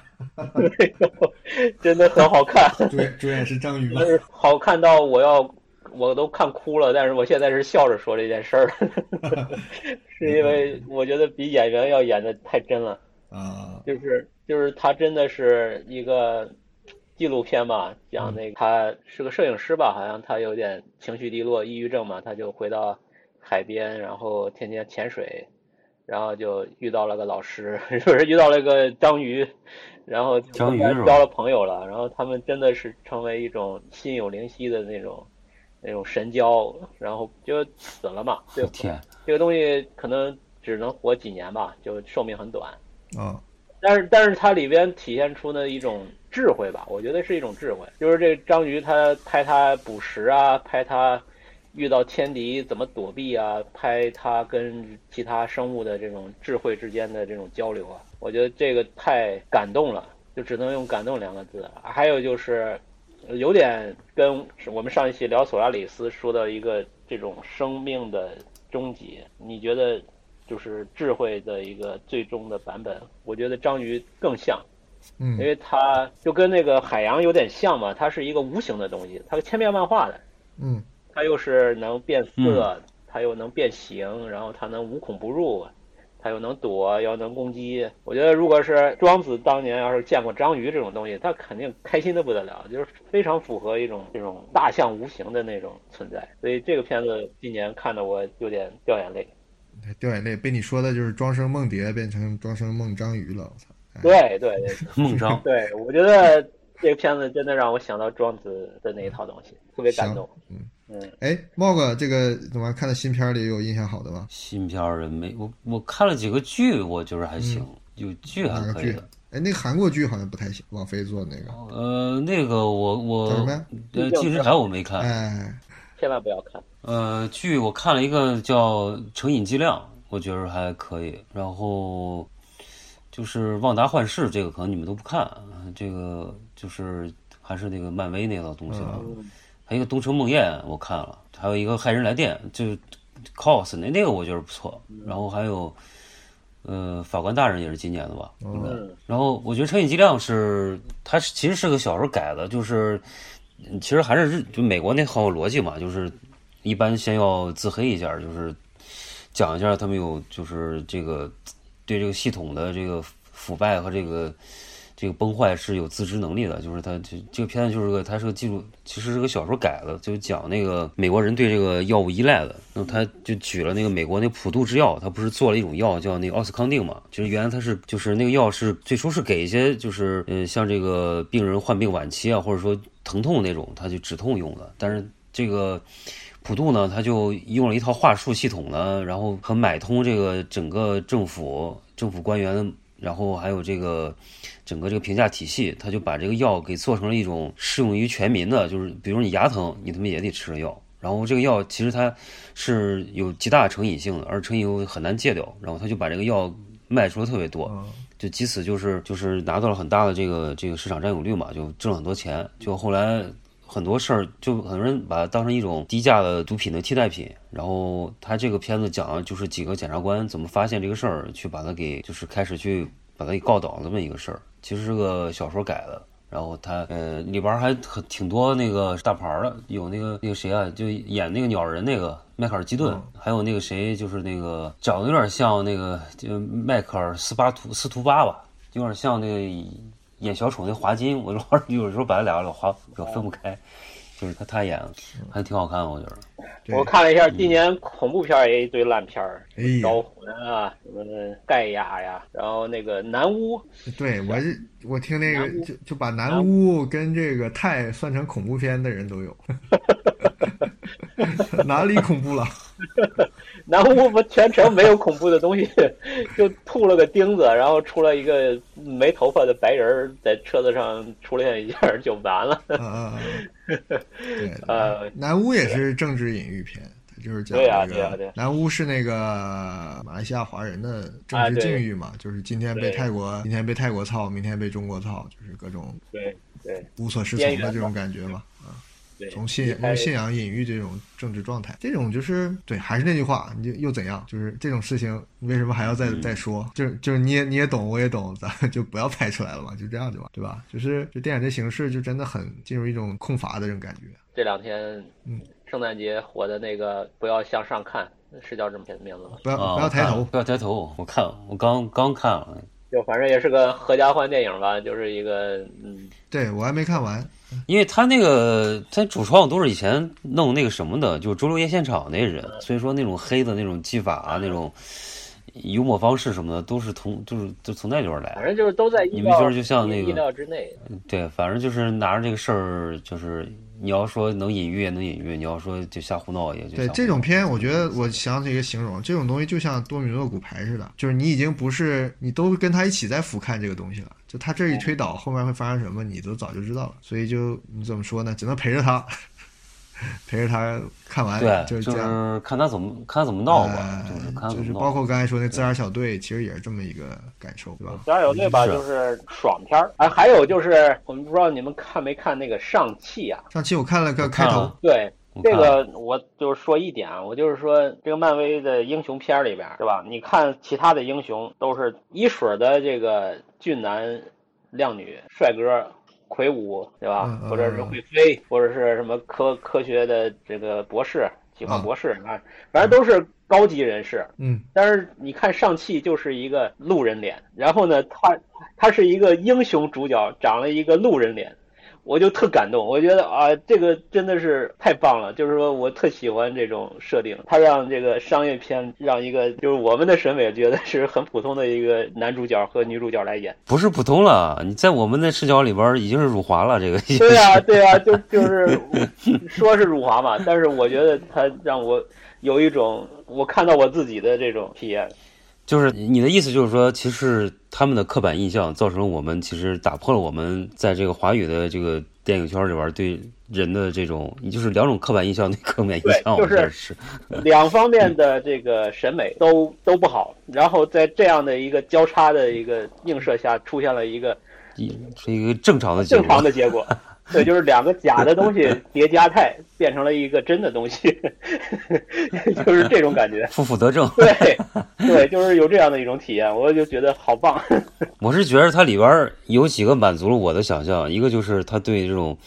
真的很好看，主演主演是章鱼吗就？是呃好看到我要我都看哭了，但是我现在是笑着说这件事儿， [laughs] 是因为我觉得比演员要演的太真了。啊，就是就是他真的是一个纪录片嘛，嗯讲那个他是个摄影师吧，好像他有点情绪低落、抑郁症嘛，他就回到海边，然后天天潜水，然后就遇到了个老师， [laughs] 就是遇到了个章鱼，然后就章鱼是吧交了朋友了，然后他们真的是成为一种心有灵犀的那种那种神交，然后就死了嘛，对，天，这个东西可能只能活几年吧，就寿命很短。啊，但是但是它里边体现出的一种智慧吧，我觉得是一种智慧，就是这章鱼它拍它捕食啊，拍它遇到天敌怎么躲避啊，拍它跟其他生物的这种智慧之间的这种交流啊，我觉得这个太感动了，就只能用感动两个字。还有就是有点跟我们上一期聊索拉里斯说到一个这种生命的终结，你觉得就是智慧的一个最终的版本？我觉得章鱼更像，嗯因，为它就跟那个海洋有点像嘛，它是一个无形的东西，它是千变万化的，嗯，它又是能变色，它又能变形，然后它能无孔不入，它又能躲，又能攻击。我觉得如果是庄子当年要是见过章鱼这种东西，他肯定开心的不得了，就是非常符合一种这种大象无形的那种存在。所以这个片子今年看的我有点掉眼泪。掉眼泪，被你说的就是庄生梦蝶变成庄生梦章鱼了，我操！哎对对对，孟章对，我觉得这个片子真的让我想到庄子的那一套东西，特别感动。行嗯，哎，茂哥，这个怎么看的新片儿里有印象好的吗？新片儿没我我看了几个剧，我觉得还行，有剧还嗯哪个可以剧的。？哎，那个韩国剧好像不太行，王菲做的那个，呃，那个我我叫什么呀呃《金石台》我没看，哎，千万不要看。呃，剧我看了一个叫《成瘾剂量》，我觉得还可以。然后就是《旺达幻视》，这个可能你们都不看，呃这个就是还是那个漫威那套东西了。嗯还有一个《东城梦魇》，我看了，还有一个《骇人来电》，就是 cos 那那个我觉得不错。然后还有，呃，法官大人也是今年的吧？哦嗯然后我觉得《成瘾剂量》是它是其实是个小说改的，就是嗯其实还是日就美国那套逻辑嘛，就是一般先要自黑一下，就是讲一下他们有就是这个对这个系统的这个腐败和这个这个崩坏是有自知能力的，就是他这这个片子就是个它是个记录，其实是个小说改的，就讲那个美国人对这个药物依赖的。那么他就举了那个美国那普渡制药，他不是做了一种药叫那个奥司康定嘛？就是原来他是就是那个药是最初是给一些就是嗯像这个病人患病晚期啊，或者说疼痛那种，他就止痛用的，但是这个。普渡呢，他就用了一套话术系统呢，然后很买通这个整个政府、政府官员，然后还有这个整个这个评价体系，他就把这个药给做成了一种适用于全民的，就是比如你牙疼，你他妈也得吃这药。然后这个药其实它是有极大的成瘾性的，而成瘾又很难戒掉，然后他就把这个药卖出的特别多。啊，就即使就是就是拿到了很大的这个这个市场占有率嘛，就挣了很多钱。就后来很多事儿，就很多人把它当成一种低价的毒品的替代品。然后他这个片子讲的就是几个检察官怎么发现这个事儿，去把它给就是开始去把它给告倒这么一个事儿。其实是个小说改的。然后他呃里边儿还很挺多那个大牌儿的，有那个那个谁啊，就演那个鸟人那个迈克尔基顿，还有那个谁就是那个长得有点像那个就迈克尔斯巴图斯图巴吧，有点像那个演小丑那华金，我老是 [laughs] 有时候把他俩老华老分不开，就是他他演还挺好看的，我觉得。对我看了一下，今年恐怖片儿也一堆烂片儿，哎呀，招魂啊，什么的盖亚呀，然后那个南巫，对我是我听那南个巫就就把南巫跟这个泰算成恐怖片的人都有， [laughs] 哪里恐怖了？南巫不全程没有恐怖的东西， [laughs] 就吐了个钉子，然后出来一个没头发的白人儿在车子上出现一下儿就完了。啊啊啊！对，呃，南巫也是政治隐喻片，它就是讲对啊这对啊对个啊南巫是那个马来西亚华人的啊政治对境遇嘛，就是今天被对泰国，今天被泰国操，明天被中国操，就是各种对对无所适边从缘的这吧种感觉嘛。啊，对，从信离开用信仰隐喻这种政治状态，这种就是对，还是那句话，你就又怎样？就是这种事情，你为什么还要再、嗯再说？就是就是你也你也懂，我也懂， [laughs] 咱们就不要拍出来了嘛，就这样就完，对吧？就是就电影这形式，就真的很进入一种空乏的这种感觉。这两天嗯圣诞节火的那个不要向上看，是叫这么名字吗？不要、啊不要抬头，不要抬头，我看我刚刚看了，就反正也是个合家欢电影吧，就是一个嗯，对我还没看完。因为他那个他主创都是以前弄那个什么的，就是《周六夜现场》那人，所以说那种黑的那种技法啊，那种幽默方式什么的，都是从就是就从那里边来反的。正就是都在你意们料就是就像那个意料之内。对，反正就是拿着这个事儿，就是你要说能隐喻也能隐喻，你要说就瞎胡闹也就瞎胡对闹这种片，我觉得我想起一个形容，这种东西就像多米诺骨牌似的，就是你已经不是你都跟他一起在俯瞰这个东西了，就他这一哦推倒，后面会发生什么，你都早就知道了，所以就你怎么说呢？只能陪着他， [laughs] 陪着他看完，对，哎就是就这样。是看他怎么看他怎么闹吧呃，就是看他怎就是么包闹。括刚才说那自杀小队，其实也是这么一个感受，对吧？加油对吧？是啊就是爽片儿。哎，还有就是我们不知道你们看没看那个上汽啊？上期我看了个开看头了，对，我这看个我就是说一点啊，我就是说这个漫威的英雄片儿里边儿是吧？你看其他的英雄都是一水儿的这个俊男靓女、帅哥。魁梧对吧嗯？嗯或者是会飞，或者是什么科科学的这个博士、奇幻嗯博士啊，反正都是高级人士。嗯，但是你看上汽就是一个路人脸，然后呢，他他是一个英雄主角，长了一个路人脸，我就特感动。我觉得啊，这个真的是太棒了，就是说我特喜欢这种设定，他让这个商业片让一个就是我们的审美觉得是很普通的一个男主角和女主角来演。不是普通了，你在我们的视角里边已经是辱华了，这个已经 [laughs] 对是啊，对啊，就就是嗯说是辱华嘛，但是我觉得他让我有一种我看到我自己的这种体验。 [laughs] 就是你的意思，就是说，其实他们的刻板印象造成我们，其实打破了我们在这个华语的这个电影圈里边对人的这种，就是两种刻板印象对刻板印象，对就是我觉得是两方面的这个审美都都不好，然后在这样的一个交叉的一个映射下，出现了一个一是一个正常的结正常果。的结果。对，就是两个假的东西叠加态，变成了一个真的东西，就是这种感 [laughs] 觉。负负得正，对，对，就是有这样的一种体验，我就觉得好棒。我是觉得它里边有几个满足了我的想象，一个就是他对这种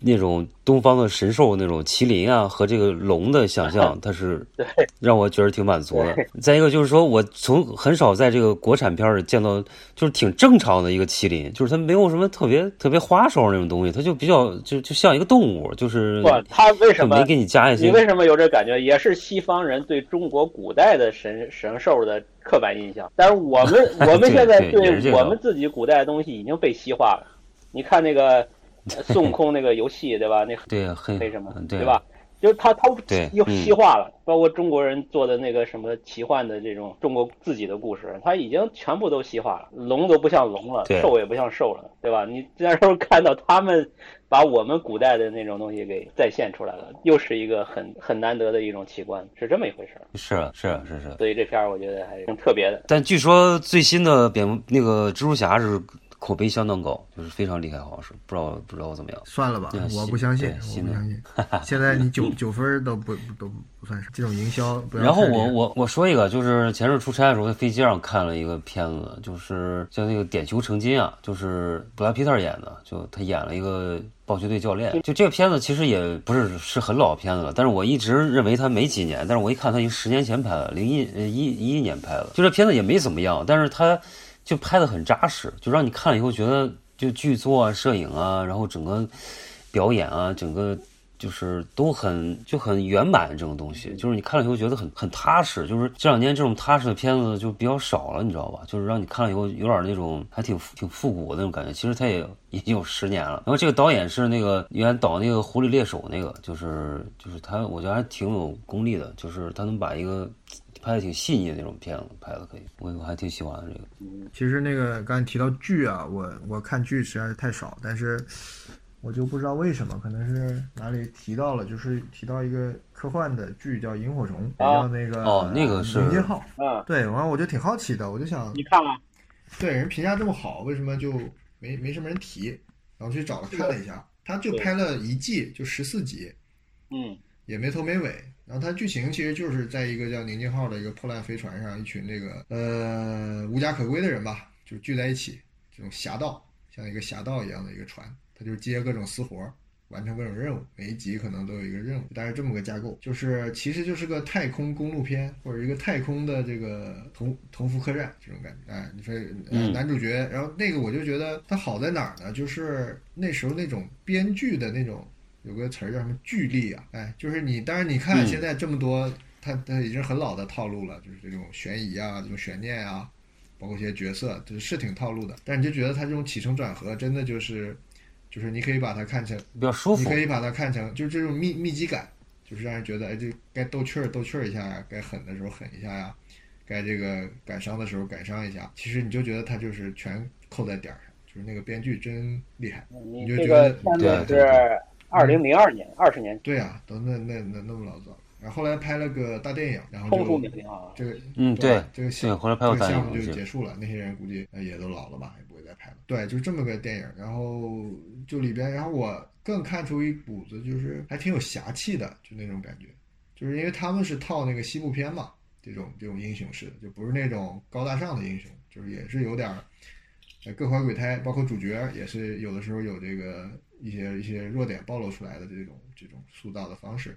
那种东方的神兽那种麒麟啊和这个龙的想 [laughs] 象，它是对让我觉得挺满足的。再一个就是说我从很少在这个国产片儿里见到，就是挺正常的一个麒麟，就是它没有什么特别特别花哨那种东西，它就比较就就像一个动物，就是不，他为它什么没给你加一你些为什么有这感觉？也是西方人对中国古代的神神兽的刻板印象，但是 [laughs] 我们我们现在对也是这对个我们自己古代的东西已经被西化了。你看那个呃孙悟空那个游戏，对吧？那对黑黑什么，嗯对对吧？就是他他对又嗯西化了，包括中国人做的那个什么奇幻的这种中国自己的故事，他已经全部都西化了，龙都不像龙了，对兽也不像兽了，对吧？你那时候看到他们把我们古代的那种东西给再现出来了，又是一个很很难得的一种奇观，是这么一回事儿。是是是是。所以这片儿我觉得还是挺特别的。但据说最新的蝙那个蜘蛛侠是口碑相当高，就是非常厉害，好像是不知道不知道怎么样。算了吧对，我新不相信，对我新不的 [laughs] 相信。现在你九九分儿都不不都不算是这种营销。不要然后太厉我害我我说一个，就是前阵出差的时候在飞机上看了一个片子，就是叫那个《点球成金》啊，就是布拉皮特演的，就他演了一个棒球队教练。就这个片子其实也不是是很老的片子了，但是我一直认为它没几年，但是我一看它已经十年前拍的，零一呃一一一年拍的，就这片子也没怎么样，但是它就拍的很扎实，就让你看了以后觉得就剧作啊、摄影啊，然后整个表演啊，整个就是都很就很圆满这种东嗯西，就是你看了以后觉得很很踏实。就是这两年这种踏实的片子就比较少了，你知道吧？就是让你看了以后有点那种还挺挺复古的那种感觉。其实它也已经有十年了。然后这个导演是那个原来导那个《狐狸猎手》那个，就是就是他，我觉得还挺有功力的，就是他能把一个。拍的挺细腻的那种片子，拍的可以，我我还挺喜欢这个。其实那个刚才提到剧啊，我我看剧实在是太少，但是我就不知道为什么，可能是哪里提到了，就是提到一个科幻的剧叫《萤火虫》，也啊叫那个哦那个是林金浩。嗯，对，完了我就挺好奇的，我就想你，看了？对人评价这么好，为什么就没没什么人提？然后去找了看了一下，他就拍了一季，就十四集，嗯，也没头没尾。然后它剧情其实就是在一个叫宁静号的一个破烂飞船上，一群这个呃无家可归的人吧，就聚在一起，这种侠盗，像一个侠盗一样的一个船，它就接各种私活儿，完成各种任务，每一集可能都有一个任务，大概这么个架构，就是其实就是个太空公路片或者一个太空的这个同同福客栈这种感觉。哎，你说、呃嗯男主角，然后那个我就觉得它好在哪儿呢？就是那时候那种编剧的那种有个词儿叫什么剧力啊，哎，就是你，当然你看嗯现在这么多，它它已经很老的套路了，就是这种悬疑啊，这种悬念啊，包括一些角色，就是是挺套路的，但你就觉得它这种起承转合真的就是，就是你可以把它看成，比较舒你服可，以把它看成就是这种密密集感，就是让人觉得哎，这该逗趣儿逗趣儿一下呀，啊该狠的时候狠一下呀，该这个感伤的时候感伤一下，啊其实你就觉得它就是全扣在点儿上，就是那个编剧真厉害。你就这觉个得片对子对是二零零二年，二十年对啊，都那那那那么老早了，然后后来拍了个大电影，然后冲出就名堂啊！这个嗯，对，这个对，项回来拍这过个单项眼目就记结得束了，那些人估计呃也都老了吧，也不会再拍了。对，就这么个电影，然后就里边，然后我更看出一股子就是还挺有侠气的，就那种感觉，就是因为他们是套那个西部片嘛，这种这种英雄式的，就不是那种高大上的英雄，就是也是有点儿呃各怀鬼胎，包括主角也是有的时候有这个一些一些弱点暴露出来的这种这种塑造的方式。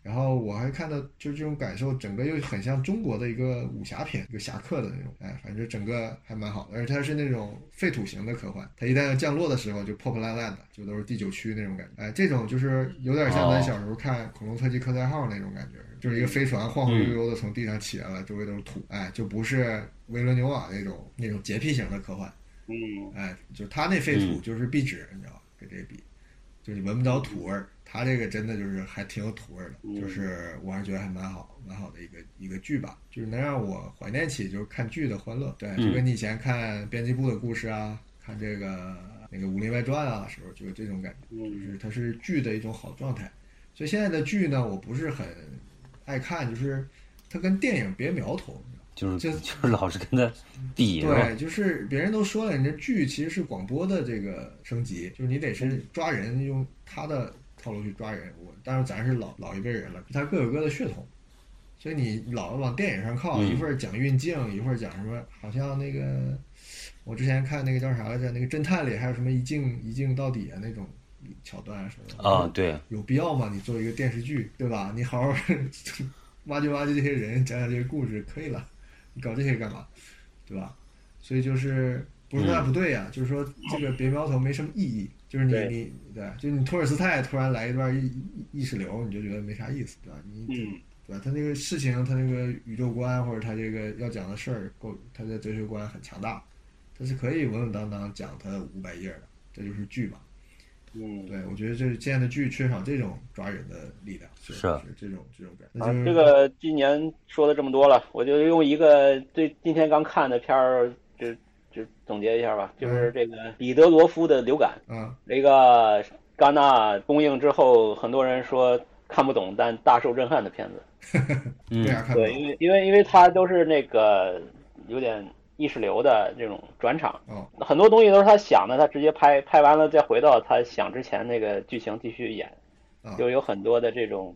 然后我还看到，就是这种感受，整个又很像中国的一个武侠片，一个侠客的那种，哎，反正整个还蛮好的，而且它是那种废土型的科幻，它一旦要降落的时候就破破烂烂的，就都是第九区那种感觉，哎，这种就是有点像咱小时候看《恐龙特技科赛号》那种感觉，就是一个飞船晃晃悠悠的从地上起来了，周围都是土，哎，就不是维伦纽瓦那种那种洁癖型的科幻，嗯，哎，就是他那废土就是壁纸，你知道吧？跟这比，就是你闻不着土味儿。他这个真的就是还挺有土味儿的，就是我还是觉得还蛮好，蛮好的一个一个剧吧，就是能让我怀念起就是看剧的欢乐。对，就跟你以前看编辑部的故事啊，看这个那个《武林外传》啊时候，就是这种感觉，嗯就是它是剧的一种好状态。所以现在的剧呢，我不是很爱看，就是它跟电影别苗头，你知道就是吗这就是老是跟他比，是吧？对，就是别人都说了，你这剧其实是广播的这个升级，就是你得是抓人，用他的套路去抓人。我当然咱是老老一辈人了，他各有各的血统，所以你老往电影上靠，嗯一会儿讲运镜，一会儿讲什么，好像那个我之前看那个叫啥来着，那个侦探里还有什么一镜一镜到底啊那种桥段啊什么的啊，对，有必要吗？你做一个电视剧，对吧？你好好 [laughs] 挖掘挖掘这些人，讲讲这个故事，可以了。你搞这些干嘛？对吧？所以就是不是说嗯他不对呀、就是说这个别苗头没什么意义。就是你对你对，就是你托尔斯泰突然来一段意意意识流，你就觉得没啥意思，对吧？你嗯对吧？他那个事情，他那个宇宙观或者他这个要讲的事儿够，他的哲学观很强大，他是可以稳稳当当讲他五百页的，这就是剧嘛。嗯，对，我觉得就是现在的剧缺少这种抓人的力量，是是这种这种感觉。啊那就，是这个今年说的这么多了，我就用一个最今天刚看的片儿，就就总结一下吧，嗯就是这个彼得罗夫的《流感》，啊，这个戛纳公映之后，很多人说看不懂，但大受震撼的片子。嗯为啥看不对，懂？因为因为因为它都是那个有点意识流的这种转场，哦，很多东西都是他想的，他直接拍拍完了再回到他想之前那个剧情继续演啊，就有很多的这种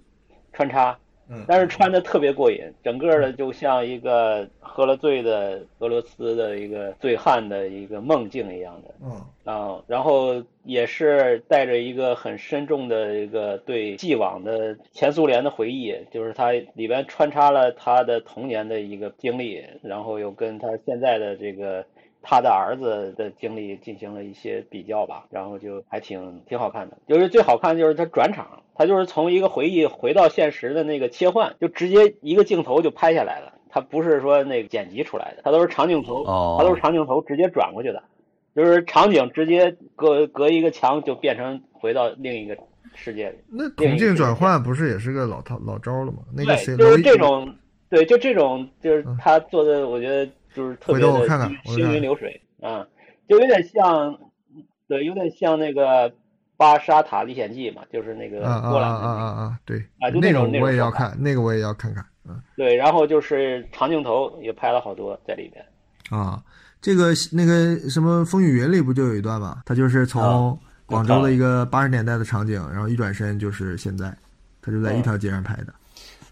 穿插。嗯，但是穿的特别过瘾，整个的就像一个喝了醉的俄罗斯的一个醉汉的一个梦境一样的嗯啊，然后也是带着一个很深重的一个对既往的前苏联的回忆，就是他里边穿插了他的童年的一个经历，然后又跟他现在的这个。他的儿子的经历进行了一些比较吧，然后就还挺挺好看的。就是最好看就是他转场，他就是从一个回忆回到现实的那个切换，就直接一个镜头就拍下来了。他不是说那个剪辑出来的，他都是长镜头，哦他都是长镜头直接转过去的，就是场景直接隔隔一个墙就变成回到另一个世界里。那另孔一径个转换不是也是个老套老招了吗？那个谁，对，娄就艺是这种，对，就这种，就是嗯他做的，我觉得就是特别回头我看的看我看行看云流水啊，就有点像，对，有点像那个《巴沙塔历险记》嘛，就是那个啊啊波啊兰的啊那啊个，啊，对啊，就那那种种那我种也要手法看，那个我也要看看，嗯对，然后就是长镜头也拍了好多在里边，啊，这个那个什么《风雨云》里不就有一段吗？他就是从啊广州的一个八十年代的场景，然后一转身就是现在，他就在一嗯条街上拍的，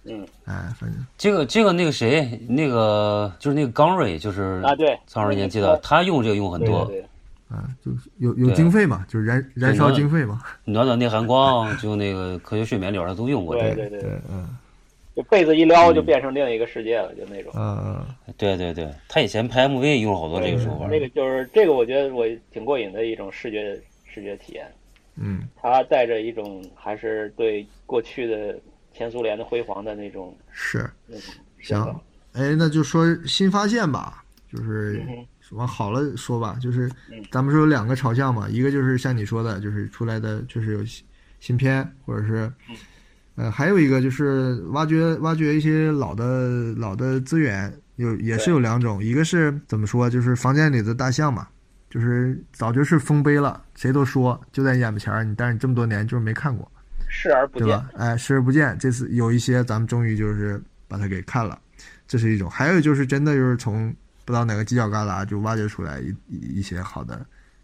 嗯，哎，反正这个这个那个谁，那个就是那个刚瑞，就是啊对苍老师年纪的，他用这个用很对多，对对，啊，就是有有对经费嘛，就是燃燃烧经费嘛，暖暖内含光，就那个科学睡眠里边他都用过。对对对对，嗯就被子一撩就变成另一个世界了，就那种。啊。对对对，他以前拍 MV 也用了好多这个手法。嗯那个就是这个，我觉得我挺过瘾的一种视觉视觉体验。嗯，它带着一种还是对过去的前苏联的辉煌的那种是那种行向往。，哎，那就说新发现吧，就是嗯哼往好了说吧，就是嗯咱们说有两个朝向嘛，一个就是像你说的，就是出来的就是有新新片，或者是，嗯呃，还有一个就是挖掘挖掘一些老的老的资源，有也是对有两种，一个是怎么说，就是房间里的大象嘛。就是早就是丰碑了，谁都说就在你眼前儿，你但是你这么多年就是没看过，视而不对见。吧？哎，视而不见。这次有一些咱们终于就是把它给看了，这是一种；还有就是真的就是从不知道哪个犄角旮旯就挖掘出来一一一些好的，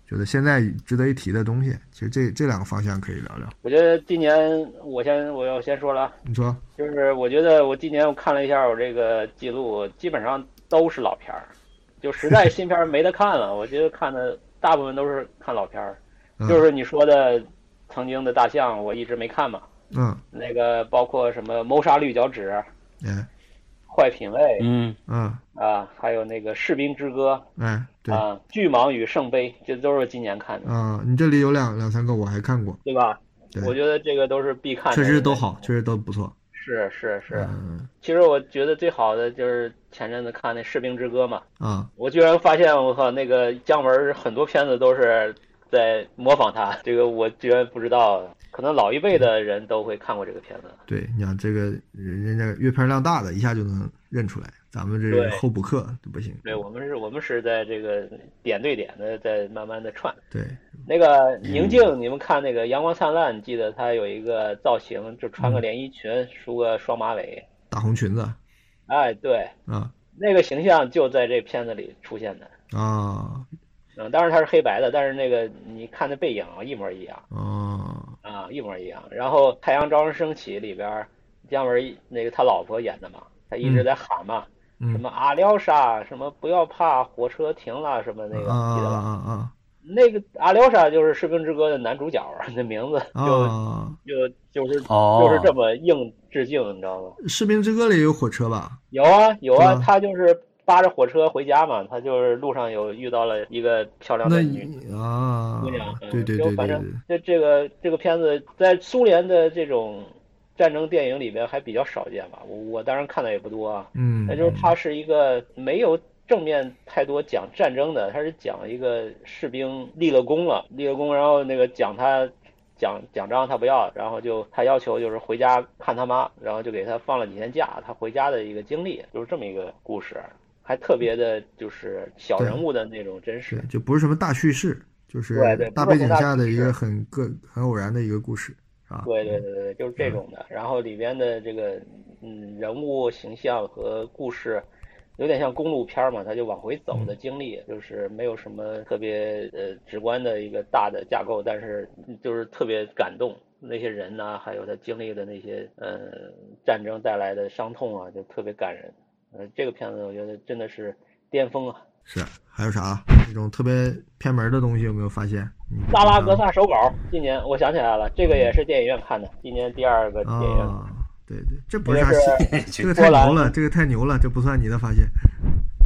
觉得现在值得一提的东西。其实这这两个方向可以聊聊。我觉得今年我先我要先说了啊，你说就是我觉得我今年我看了一下我这个记录，基本上都是老片儿，就实在新片儿没得看了。我觉得看的大部分都是看老片儿，嗯就是你说的曾经的大象，我一直没看嘛。嗯，那个包括什么谋杀绿脚趾、哎，坏品味嗯，嗯，啊，还有那个士兵之歌哎，对，啊，巨蟒与圣杯，这都是今年看的，嗯、你这里有两两三个我还看过，对吧？对我觉得这个都是必看的，确实都好，确实都不错。是是啊是。嗯其实我觉得最好的就是前阵子看那《士兵之歌》嘛，啊、我居然发现我靠，那个姜文很多片子都是在模仿他，这个我居然不知道，可能老一辈的人都会看过这个片子。对，你想这个人人家阅片量大的，一下就能认出来，咱们这对后补课就不行。对我们是，我们是在这个点对点的在慢慢的串。对，那个嗯宁静，你们看那个《阳光灿烂》，记得她有一个造型，就嗯穿个连衣裙，梳个双马尾。大红裙子啊。哎，对，那个形象就在这片子里出现的。啊嗯，当然它是黑白的，但是那个你看那背影啊，一模一样哦，啊，一模一样。然后《太阳照常升起》里边，姜文一那个他老婆演的嘛，他一直在喊嘛，什嗯么阿廖沙，什么不要怕，火车停了，什么那个，啊记得吧？啊那个阿廖沙就是《士兵之歌》的男主角啊， [laughs] 那名字啊就、啊！就就是哦，就是这么硬致敬，你知道吗？ 《士兵之歌》里有火车吧？有啊有对啊啊，他就是扒着火车回家嘛，他就是路上有遇到了一个漂亮那的女啊姑娘，，嗯对对就对对反对正，这这个这个片子在苏联的这种战争电影里边还比较少见吧，我我当然看的也不多啊，嗯，那就是它是一个没有。正面太多讲战争的，它是讲一个士兵立了功了，立了功，然后那个讲他奖奖章他不要，然后就他要求就是回家看他妈，然后就给他放了几天假，他回家的一个经历，就是这么一个故事，还特别的就是小人物的那种真实对，。就不是什么大叙事，就是对对大不背是景大下的叙一事个很个很偶然的一个故事，啊，对对对对，就是这种的。然后里边的这个嗯人物形象和故事，有点像公路片儿嘛，他就往回走的经历，就是没有什么特别呃直观的一个大的架构，但是嗯就是特别感动。那些人呐、还有他经历的那些呃战争带来的伤痛啊，就特别感人。呃，这个片子我觉得真的是巅峰啊！是还有啥啊那种特别偏门的东西有没有发现？你《萨拉格啊萨手稿》，今年我想起来了，这个也是电影院看的，今年第二个电影院。啊，对对，这不是也啥是新，这个太牛了，这个太牛了，这不算你的发现，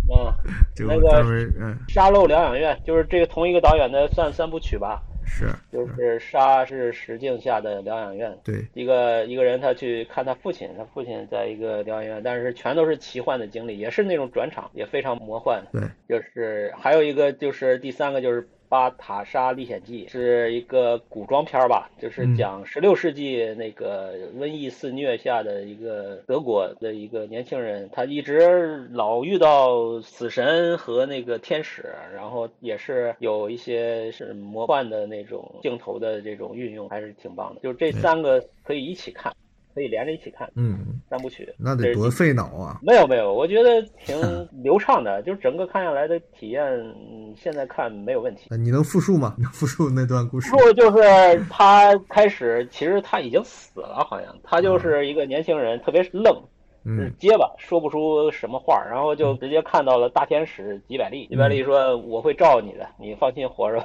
嗯，这那个个专门嗯沙漏疗养院就是这个同一个导演的算三部曲吧，是就是沙是石镜下的疗养院，对一个一个人他去看他父亲，他父亲在一个疗养院，但是全都是奇幻的经历，也是那种转场，也非常魔幻。对，就是还有一个就是第三个就是《巴塔莎历险记》，是一个古装片儿吧，就是讲十六世纪那个瘟疫肆虐下的一个德国的一个年轻人，他一直老遇到死神和那个天使，然后也是有一些是魔幻的那种镜头的这种运用，还是挺棒的。就这三个可以一起看，可以连着一起看嗯，三部曲。那这得是多费脑啊，没有没有，我觉得 [laughs] 挺流畅的，就是整个看下来的体验，嗯现在看没有问题。你能复述吗？你能 [laughs] 复述那段故事吗？不就是他开始，其实他已经死了，好像他就是一个年轻人，特别愣，就是嗯结巴，说不出什么话儿，然后就直接看到了大天使吉百嗯利。吉百利说：“我会照顾你的，你放心活着。”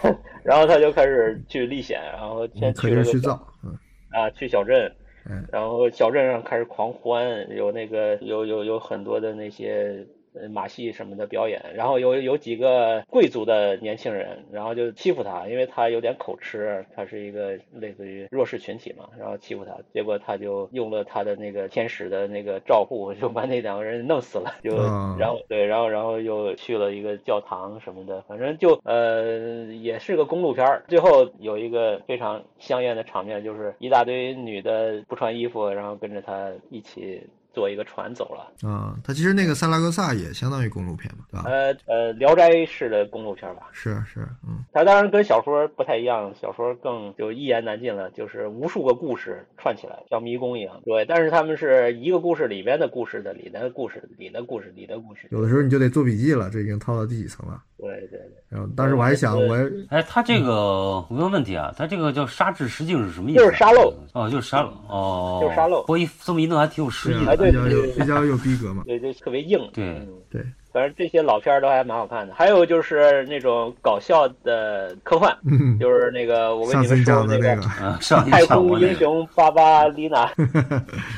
[laughs] 然后他就开始去历险，然后你先可去劲了儿个去小造，嗯啊，去小镇嗯，然后小镇上开始狂欢，有那个有有有很多的那些呃马戏什么的表演，然后有有几个贵族的年轻人，然后就欺负他，因为他有点口吃，他是一个类似于弱势群体嘛，然后欺负他，结果他就用了他的那个天使的那个照顾，就把那两个人弄死了，就啊然后对，然后然后又去了一个教堂什么的，反正就呃也是个公路片儿。最后有一个非常香艳的场面，就是一大堆女的不穿衣服，然后跟着他一起坐一个船走了。啊，它其实那个萨拉戈萨也相当于公路片嘛，对吧？呃呃，聊斋式的公路片儿吧，是是，嗯它当然跟小说不太一样，小说更就一言难尽了，就是无数个故事串起来，像迷宫一样。对，但是他们是一个故事里边的故事的里的故事里的故事里的故事。有的时候你就得做笔记了，这已经套到第几层了？对对对。然后当时我还想，我哎，他这个我问个问题啊，他这个叫沙质实境是什么意思啊？就是沙漏嗯哦，就是沙漏哦，就是沙漏我一这么一弄还挺有诗是意啊的。比对较有对对比较有逼 [laughs] 格嘛，对，就特别硬。对嗯对，反正这些老片儿都还蛮好看的。还有就是那种搞笑的科幻，嗯，就是那个我跟上你次们你说讲的的那个。啊，上一太上空过英那个，雄巴巴丽娜，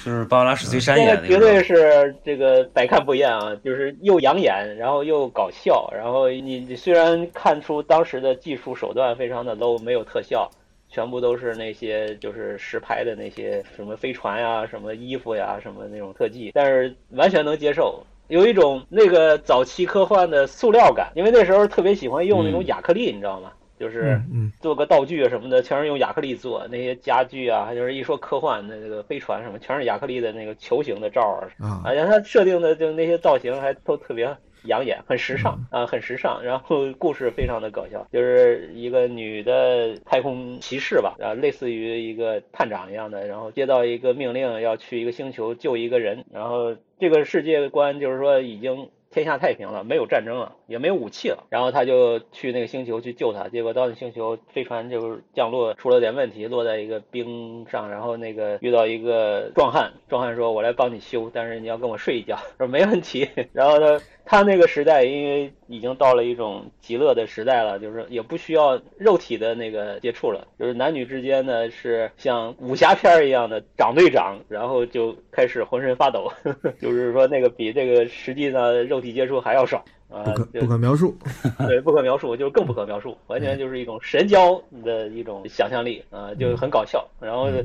就是芭芭拉史翠珊这演个的绝对是这个百看不厌啊！就是又养眼，然后又搞笑，然后你你虽然看出当时的技术手段非常的 low，没有特效，全部都是那些就是实拍的那些什么飞船呀、什么衣服呀、什么那种特技，但是完全能接受。有一种那个早期科幻的塑料感，因为那时候特别喜欢用那种嗯亚克力，你知道吗？就是嗯嗯做个道具啊什么的，全是用亚克力做。那些家具啊，就是一说科幻那个飞船什么，全是亚克力的那个球形的罩儿啊啊，然后它设定的就那些造型还都特别养眼，很时尚啊，很时尚。然后故事非常的搞笑，就是一个女的太空骑士吧，啊，类似于一个探长一样的，然后接到一个命令要去一个星球救一个人，然后这个世界观就是说已经。天下太平了，没有战争了，也没有武器了。然后他就去那个星球去救他，结果到那星球，飞船就是降落出了点问题，落在一个冰上，然后那个遇到一个壮汉，壮汉说：“我来帮你修，但是你要跟我睡一觉。”说没问题。然后他他那个时代，因为已经到了一种极乐的时代了，就是也不需要肉体的那个接触了，就是男女之间呢是像武侠片儿一样的长对长，然后就开始浑身发抖， [laughs] 就是说那个比这个实际呢肉体接触还要少啊不可，就不可描 [laughs] 述， [laughs] 对，不可描述，就是更不可描述，完全就是一种神交的呃一种想象力啊、就是很搞笑。然后就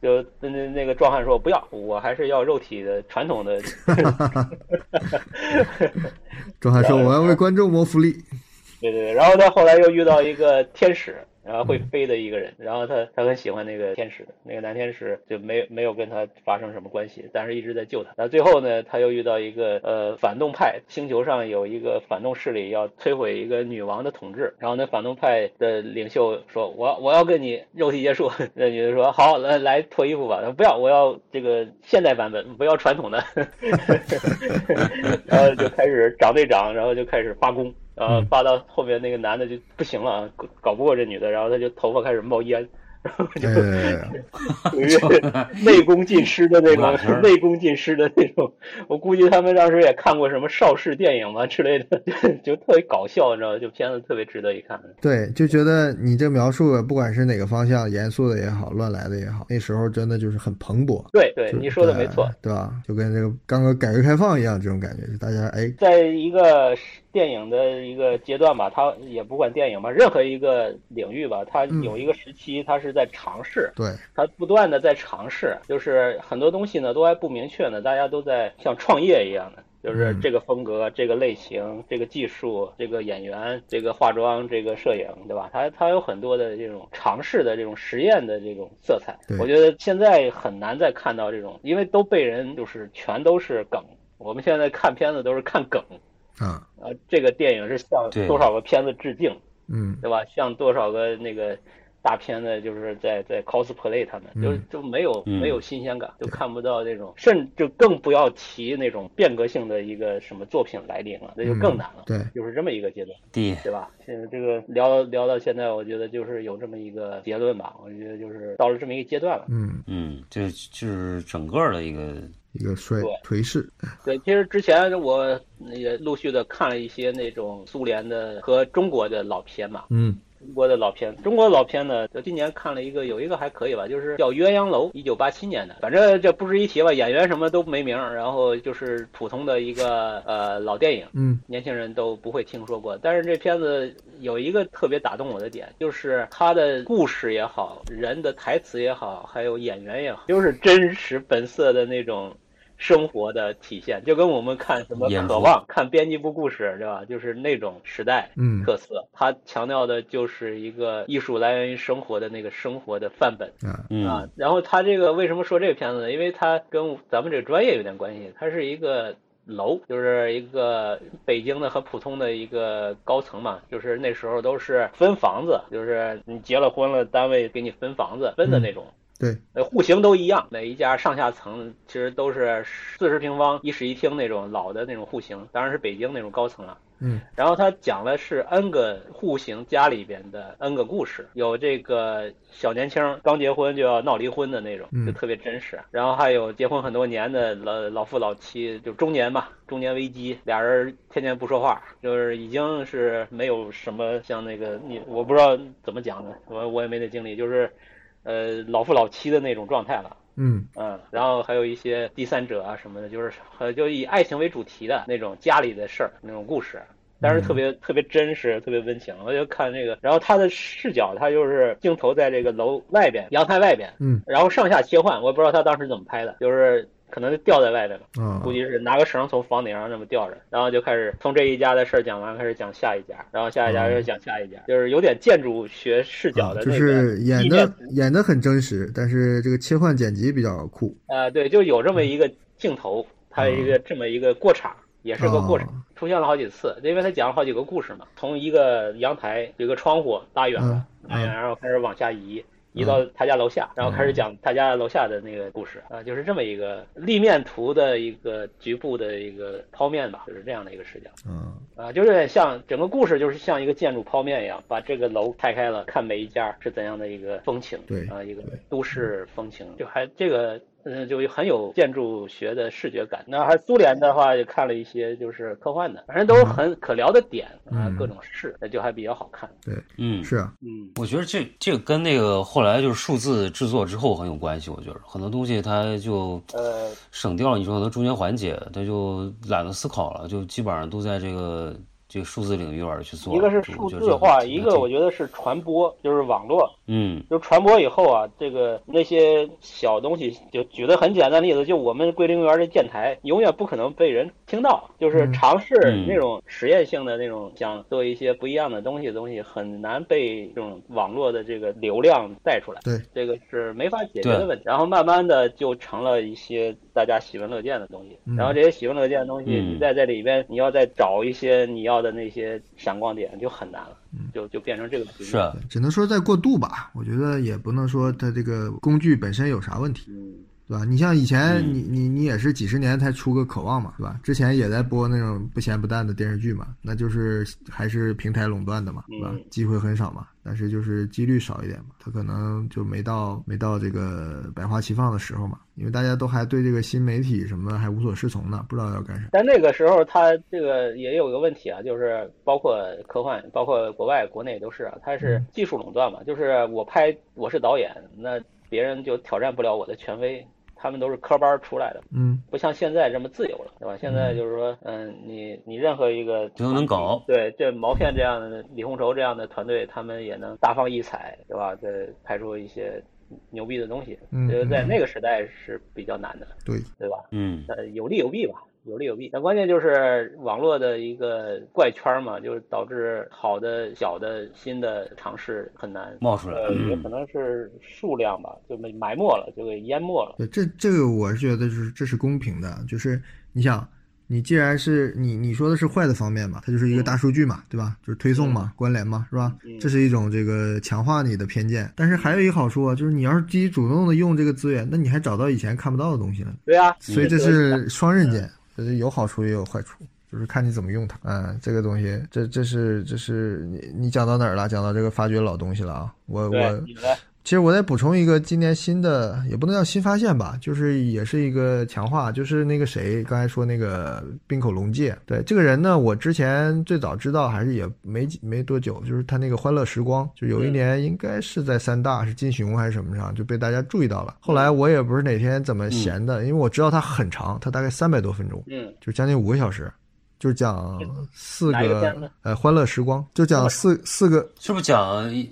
就那那那个壮汉说不要，我还是要肉体的传统的。 [laughs] 壮汉说我要为观众谋福利，对对对，然后他后来又遇到一个天使，然后会飞的一个人，然后他他很喜欢那个天使，那个男天使就没没有跟他发生什么关系，但是一直在救他。然后最后呢，他又遇到一个呃反动派，星球上有一个反动势力要摧毁一个女王的统治，然后那反动派的领袖说：“我我要跟你肉体接触。”那女的说：“好，来来脱衣服吧。”他说：“不要，我要这个现代版本，不要传统的。” [laughs] 然后就开始长队长，然后就开始罢工。然嗯后发到后面那个男的就不行了，啊搞搞不过这女的，然后他就头发开始 [laughs] 冒烟，然后 [laughs] 就哎，属于 [laughs] 内功尽失的那老头儿种，内功尽失的那种。我估计他们当时也看过什么邵氏电影吧之类的， [laughs] 就特别搞笑，你知道吗？就片子特别值得一看。对，就觉得你这描述，不管是哪个方向，严肃的也好，乱来的也好，那时候真的就是很蓬勃。对对，就你说的没错。，对对吧？就跟这个刚刚改革开放一样，这种感觉，就大家哎，在一个电影的一个阶段吧，它也不管电影吧，任何一个领域吧，它嗯有一个时期，它是在尝试，对，他不断的在尝试，就是很多东西呢都还不明确呢，大家都在像创业一样的，就是嗯这个风格、这个类型、这个技术、这个演员、这个化妆、这个摄影，对吧？它它有很多的这种尝试的这种实验的这种色彩对。我觉得现在很难再看到这种，因为都被人就是全都是梗。我们现在看片子都是看梗，啊，啊，这个电影是向对多少个片子致敬，嗯，对吧？像多少个那个大片的，就是在在 cosplay 他们，嗯就是就没有、嗯没有新鲜感，就看不到那种，甚至更不要提那种变革性的一个什么作品来临了，那就更难了。嗯对，就是这么一个阶段，弟，对吧？现在这个聊聊到现在，我觉得就是有这么一个结论吧。我觉得就是到了这么一个阶段了。嗯，嗯，这就是整个的一个一个衰对颓势，对，其实之前我也陆续的看了一些那种苏联的和中国的老片嘛，嗯，中国的老片，中国老片呢，我今年看了一个，有一个还可以吧，就是叫《鸳鸯楼》，一九八七年的，反正这不值一提吧，演员什么都没名儿，然后就是普通的一个呃老电影，嗯，年轻人都不会听说过。但是这片子有一个特别打动我的点，就是它的故事也好，人的台词也好，还有演员也好，就是真实本色的那种。生活的体现，就跟我们看什么演《出渴望》、看《编辑部故事》，对吧？就是那种时代，嗯，特色，它强调的就是一个艺术来源于生活的那个生活的范本啊，嗯啊。然后它这个为什么说这个片子呢？因为它跟咱们这个专业有点关系，它是一个楼，就是一个北京的和普通的一个高层嘛，就是那时候都是分房子，就是你结了婚了，单位给你分房子分的那种。嗯对，呃，户型都一样，每一家上下层其实都是四十平方一室一厅那种老的那种户型，当然是北京那种高层啊了。嗯，然后他讲的是 N 个户型家里边的 N 个故事，有这个小年轻刚结婚就要闹离婚的那种嗯，就特别真实。然后还有结婚很多年的老老夫老妻，就中年吧，中年危机，俩人天天不说话，就是已经是没有什么像那个你，我不知道怎么讲的，我我也没那经历，就是，呃，老夫老妻的那种状态了。嗯，嗯，然后还有一些第三者啊什么的，就是呃，就以爱情为主题的那种家里的事儿那种故事，但是特嗯别、特别真实，特别温情。我就看这个，然后他的视角，他就是镜头在这个楼外边、阳台外边，嗯，然后上下切换，我也不知道他当时怎么拍的，就是可能吊在外边吧。啊，估计是拿个绳从房顶上那么吊着，然后就开始从这一家的事儿讲完，开始讲下一家，然后下一家又讲下一家，就是有点建筑学视角啊的就那个是演意的念演的很真实，但是这个切换剪辑比较酷，呃，对，就有嗯这么一个镜头，它一个这么一个过场，也是个过场，啊出现了好几次，因为他讲了好几个故事嘛，从一个阳台有一个窗户拉远了，嗯拉远然后开始往下移。移嗯到他家楼下，然后开始讲他家楼下的那个故事啊、就是这么一个立面图的一个局部的一个剖面吧，就是这样的一个视角。啊，啊，就是有点像整个故事，就是像一个建筑剖面一样，把这个楼拆开了，看每一家是怎样的一个风情，对啊，一个对都市风情，就还这个。嗯，就很有建筑学的视觉感。那还苏联的话，也看了一些就是科幻的，反正都是很可聊的点啊嗯，各种事，那就还比较好看。嗯，是啊，嗯，我觉得这这个跟那个后来就是数字制作之后很有关系，我觉得很多东西它就呃，省掉了你说很多中间环节，它就懒得思考了，就基本上都在这个这个数字领域玩去做。一个是数字化，一个我觉得是传播，就是网络。嗯，就传播以后啊，这个那些小东西，就举的很简单的例子，就我们桂林公园这电台，永远不可能被人听到。就是尝试嗯那种实验性的那种，想做一些不一样的东西的东西，很难被这种网络的这个流量带出来。对，这个是没法解决的对问题。然后慢慢的就成了一些大家喜闻乐见的东西。嗯然后这些喜闻乐见的东西，嗯你在这里边，你要再找一些你要的那些闪光点，就很难了，嗯就就变成这个局面。是，啊，只能说在过渡吧。我觉得也不能说它这个工具本身有啥问题，嗯，对吧？你像以前嗯你你你也是几十年才出个渴望嘛，对吧？之前也在播那种不咸不淡的电视剧嘛，那就是还是平台垄断的嘛，对吧嗯？机会很少嘛，但是就是几率少一点嘛，它可能就没到没到这个百花齐放的时候嘛，因为大家都还对这个新媒体什么还无所适从呢，不知道要干啥。但那个时候，它这个也有一个问题啊，就是包括科幻，包括国外、国内都是啊，它是技术垄断嘛，就是我拍我是导演，那别人就挑战不了我的权威，他们都是科班儿出来的，嗯，不像现在这么自由了，对吧？现在就是说，嗯，你你任何一个都能搞对，这毛片这样的、李红绸这样的团队，他们也能大放异彩，对吧？再拍出一些牛逼的东西，嗯觉得在那个时代是比较难的，对，对吧？嗯，呃，有利有弊吧，有利有弊。但关键就是网络的一个怪圈嘛，就是导致好的、小的、新的尝试很难。冒出来，呃，也嗯可能是数量吧，就被埋没了，就给淹没了。对，这这个我是觉得就是这是公平的，就是你想，你既然是你你说的是坏的方面嘛，它就是一个嗯大数据嘛，对吧？就是推送嘛，关联嘛，是吧？嗯这是一种这个强化你的偏见，但是还有一个好处啊，就是你要是积极主动的用这个资源，那你还找到以前看不到的东西了，对啊，所以这个是双刃嗯剑，就是有好处也有坏处。就是看你怎么用它，嗯，这个东西，这这是这是你你讲到哪儿了？讲到这个发掘老东西了啊！我对我你来，其实我再补充一个今年新的，也不能叫新发现吧，就是也是一个强化，就是那个谁刚才说那个滨口龙介，对这个人呢，我之前最早知道还是也没几没多久，就是他那个《欢乐时光》，就有一年应该是在三大是金熊还是什么上就被大家注意到了。后来我也不是哪天怎么闲的，因为我知道他很长，他大概三百多分钟，嗯，就将近五个小时。就讲四哪一个片子个呃，欢乐时光，就讲四四个是不是讲一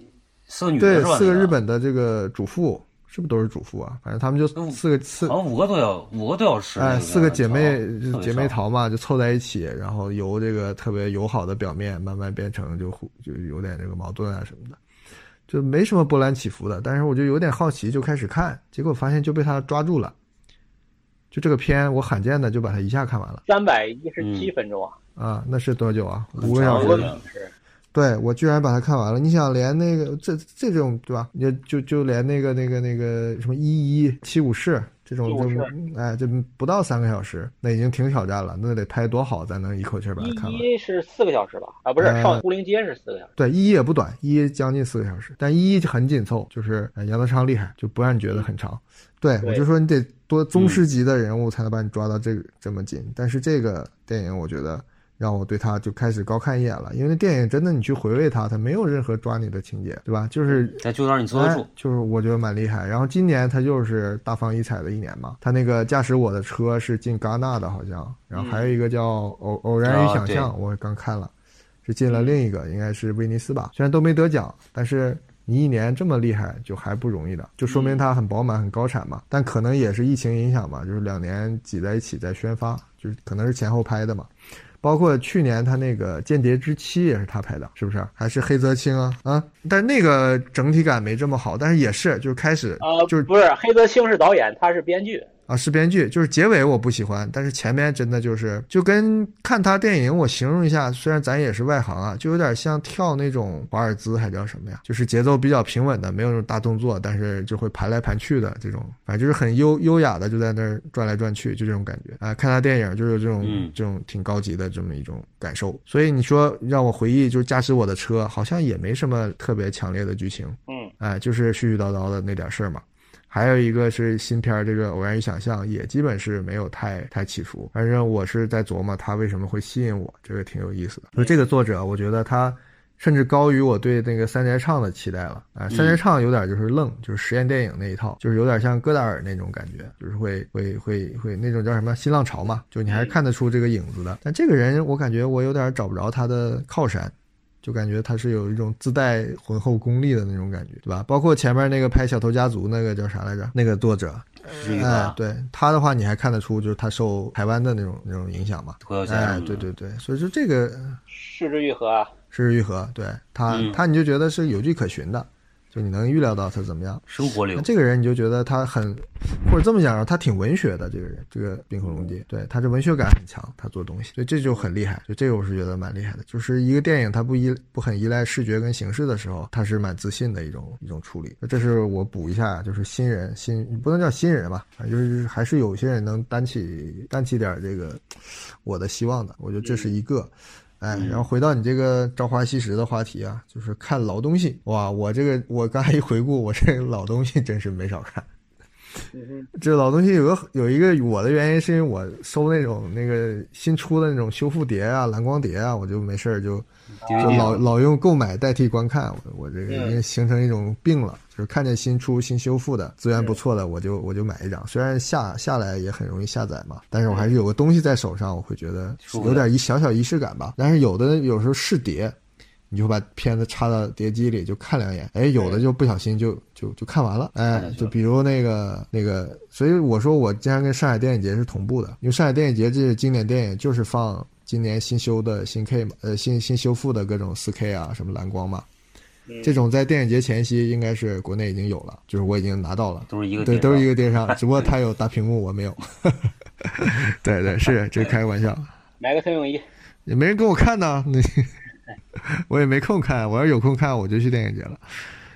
四个女的对是，吧？四个那日，本的这个主妇，是不是都是主妇啊？反正他们就嗯四个四好，像五个多小五个多小时，那哎，个四个姐妹长姐特别妹，长淘嘛，就凑在一起，然后由这个特别友好的表面，慢慢变成就互就有点这个矛盾啊什么的，就没什么波澜起伏的。但是我就有点好奇，就开始看，结果发现就被他抓住了。就这个片，我罕见的就把它一下看完了三百一十七分钟啊，啊！那是多久啊？很五个长小时的我。是对我居然把它看完了。你想，连那个这这种对吧？也就就连那个那个那个什么一一七武士这种，七武士就哎，就不到三个小时，那已经挺挑战了。那得拍多好才能一口气儿把它看一完？一是四个小时吧？啊，不是，呃上孤零街是四个小时。对，一也不短，一将近四个小时，但一很紧凑，就是呃杨德昌厉害，就不让你觉得很长。对对我就说你得多宗师级的人物才能把你抓到这个这么紧，但是这个电影我觉得让我对他就开始高看一眼了，因为那电影真的你去回味它，它没有任何抓你的情节，对吧？就是在就让你坐得住哎，就是我觉得蛮厉害。然后今年他就是大放异彩的一年嘛，他那个驾驶我的车是进戛纳的，好像，然后还有一个叫偶偶然与想象，啊我刚看了，是进了另一个，应该是威尼斯吧，虽然都没得奖，但是。你一年这么厉害，就还不容易的，就说明它很饱满、很高产嘛。但可能也是疫情影响吧，就是两年挤在一起在宣发，就是可能是前后拍的嘛。包括去年他那个《间谍之妻》也是他拍的，是不是？还是黑泽清啊啊！但是那个整体感没这么好，但是也是就是开始啊，就是不是黑泽清是导演，他是编剧。啊是编剧，就是结尾我不喜欢，但是前面真的就是就跟看他电影，我形容一下，虽然咱也是外行啊，就有点像跳那种华尔兹还叫什么呀？就是节奏比较平稳的，没有那种大动作，但是就会盘来盘去的这种，反正就是很优优雅的就在那儿转来转去，就这种感觉啊。看他电影就是有这种、嗯这种挺高级的这么一种感受。所以你说让我回忆，就是驾驶我的车，好像也没什么特别强烈的剧情，嗯，哎，就是絮絮叨叨的那点事儿嘛。还有一个是新片儿，这个偶然与想象也基本是没有太太起伏。反正我是在琢磨他为什么会吸引我，这个挺有意思的。所以这个作者，我觉得他甚至高于我对那个三宅唱的期待了啊！三宅唱有点就是愣，就是实验电影那一套，就是有点像戈达尔那种感觉，就是会会会会那种叫什么新浪潮嘛，就你还是看得出这个影子的。但这个人，我感觉我有点找不着他的靠山，就感觉他是有一种自带浑厚功力的那种感觉，对吧？包括前面那个拍《小偷家族》那个叫啥来着？那个作者，是一哎个，对他的话，你还看得出就是他受台湾的那种那种影响嘛？脱口秀先哎生，，对对对，所以说这个失之愈合啊，是愈合，对他、嗯他你就觉得是有据可循的，就你能预料到他怎么样。生活流那，这个人你就觉得他很，或者这么讲，他挺文学的。这个人，这个冰火龙介，对他这文学感很强，他做东西，所以这就很厉害。就这个我是觉得蛮厉害的，就是一个电影它不依不很依赖视觉跟形式的时候，它是蛮自信的一种一种处理。这是我补一下，啊就是新人新不能叫新人吧，反正就是还是有些人能担起担起点这个我的希望的。我觉得这是一个。哎，然后回到你这个朝花夕拾的话题啊，就是看老东西哇！我这个我刚才一回顾，我这个老东西真是没少看。这老东西有个有一个我的原因，是因为我收那种那个新出的那种修复碟啊、蓝光碟啊，我就没事儿就就 DVD 老老用购买代替观看，我我这个已经形成一种病了，就是看见新出新修复的资源不错的，我就我就买一张，虽然下下来也很容易下载嘛，但是我还是有个东西在手上，我会觉得舒服有点一小小仪式感吧。但是有的有时候试碟，你就把片子插到碟机里就看两眼，哎，有的就不小心就就就看完了，看哎下，去就了比如那个那个，所以我说我经常跟上海电影节是同步的，因为上海电影节这些经典电影就是放今年新修的新 K 嘛，呃，新新修复的各种四 K 啊，什么蓝光嘛，嗯这种在电影节前夕应该是国内已经有了，就是我已经拿到了，都是一个对，电都是商一 [laughs] 个电商，只不过它有大屏幕，我没有。 [laughs] 对对，是这开个玩笑。买个投影仪，也没人跟我 [laughs] 看呢，那我也没空看。我要有空看，我就去电影节了。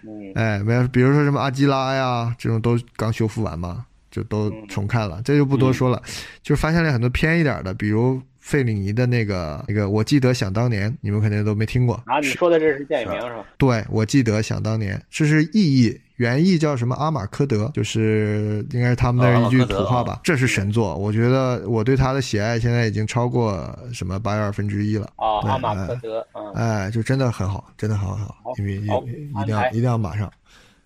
嗯，哎，没有，比如说什么阿基拉呀，这种都刚修复完嘛，就都嗯重看了，这就不多说了。就是发现了很多偏一点的，比如费里尼的那个那个，我记得想当年，你们肯定都没听过。啊，你说的这是电影名啊是吧？对，我记得想当年，这是意译，原意叫什么阿马科德，就是应该是他们那哦阿儿马一句科德土话吧。这是神作，我觉得我对他的喜爱现在已经超过什么八又二分之一了。啊，对阿马哎科德，嗯，哎，就真的很好，真的很好，很好，因为一好一定安要排一定要马上，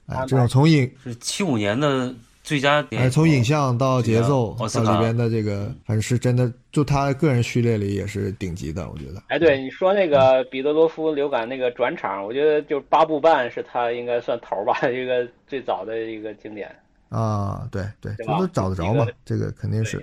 哎安，排这种从影是七五年的最佳电哎影，从影像到节奏奥斯到卡里边的这个，反正是真的，就他个人序列里也是顶级的，我觉得。哎，对，你说那个彼得罗夫流感那个转场，我觉得就是八部半是他应该算头儿吧， [laughs] 一个最早的一个经典。啊，对对，这对吧都找得着嘛一个，这个肯定是。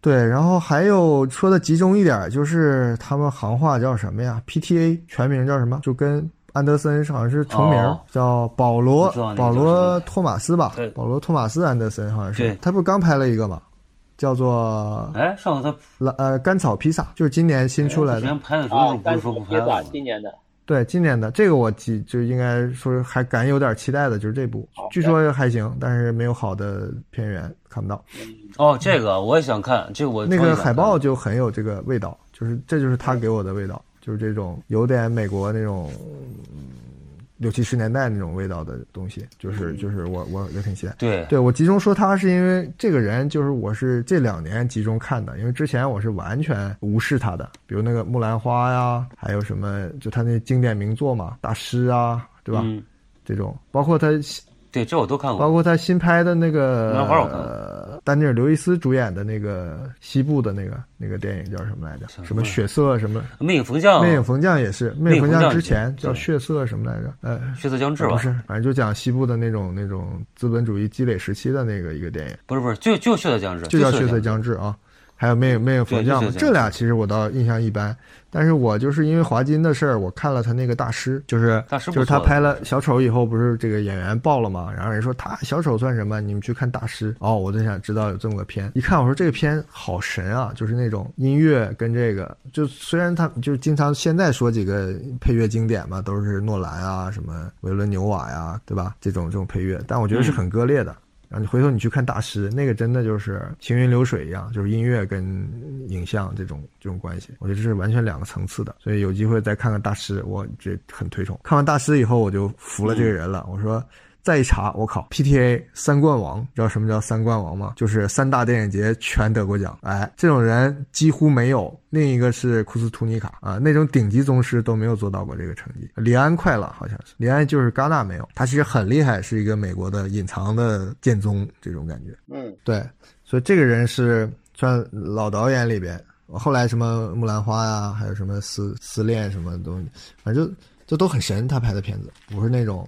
对，然后还有说的集中一点儿，就是他们行话叫什么呀？PTA 全名叫什么？就跟安德森好像是重名儿，哦叫保罗我知道那个叫保什罗么托马斯吧对？保罗托马斯安德森好像是对，他不是刚拍了一个嘛，叫做哎，上回他蓝呃甘草披萨，就是今年新出来之的。前拍的时啊候，不但是是说不披拍了萨吗？今年的，对，今年的这个我记就应该说还敢有点期待的，就是这部好，据说还行，但是没有好的片源看不到。哦，这个我也想看，这个我那超级个想海报看就很有这个味道，就是这就是他给我的味道，就是这种有点美国那种嗯六七十年代那种味道的东西，就是就是我我也挺期待。对对我集中说他是因为这个人，就是我是这两年集中看的，因为之前我是完全无视他的，比如那个《木兰花》呀，还有什么就他那经典名作嘛，《大师》啊，对吧？嗯，这种包括他对，这我都看包过。括他新拍的那木个兰花嗯我看了呃丹尼尔·刘易斯主演的那个西部的那个那个电影叫什么来着？什么什么血色什么？魅影风向，魅影缝匠也是，魅魅影影缝缝匠匠之也前是叫对血色什么来着？呃，血色将至吧？不是，反正就讲西部的那种那种资本主义积累时期的那个一个电影，不是不是，就就血色将至，就叫血血色色将至啊。还有魅影魅影缝匠对就，是嘛这这样俩其实我倒印象一般，但是我就是因为华金的事儿，我看了他那个大师，就是大师不就是他错的拍了小丑以后，不是这个演员爆了嘛？然后人说他小丑算什么？你们去看大师哦，我就想知道有这么个片。一看我说这个片好神啊，就是那种音乐跟这个，就虽然他就是经常现在说几个配乐经典嘛，都是诺兰啊，什么维伦纽瓦呀、对吧？这种这种配乐，但我觉得嗯是很割裂的。然后你回头你去看大师，那个真的就是行云流水一样，就是音乐跟影像这种这种关系，我觉得这是完全两个层次的。所以有机会再看看大师，我这很推崇。看完大师以后，我就服了这个人了。我说再一查，我靠，PTA 三冠王，知道什么叫三冠王吗？就是三大电影节全得过奖。哎，这种人几乎没有。另一个是库斯图尼卡啊，那种顶级宗师都没有做到过这个成绩。李安快了，好像是李安就是戛纳没有，他其实很厉害，是一个美国的隐藏的剑宗这种感觉。嗯，对，所以这个人是算老导演里边，后来什么《木兰花》呀，还有什么撕撕恋什么东西，反正这都很神，他拍的片子不是那种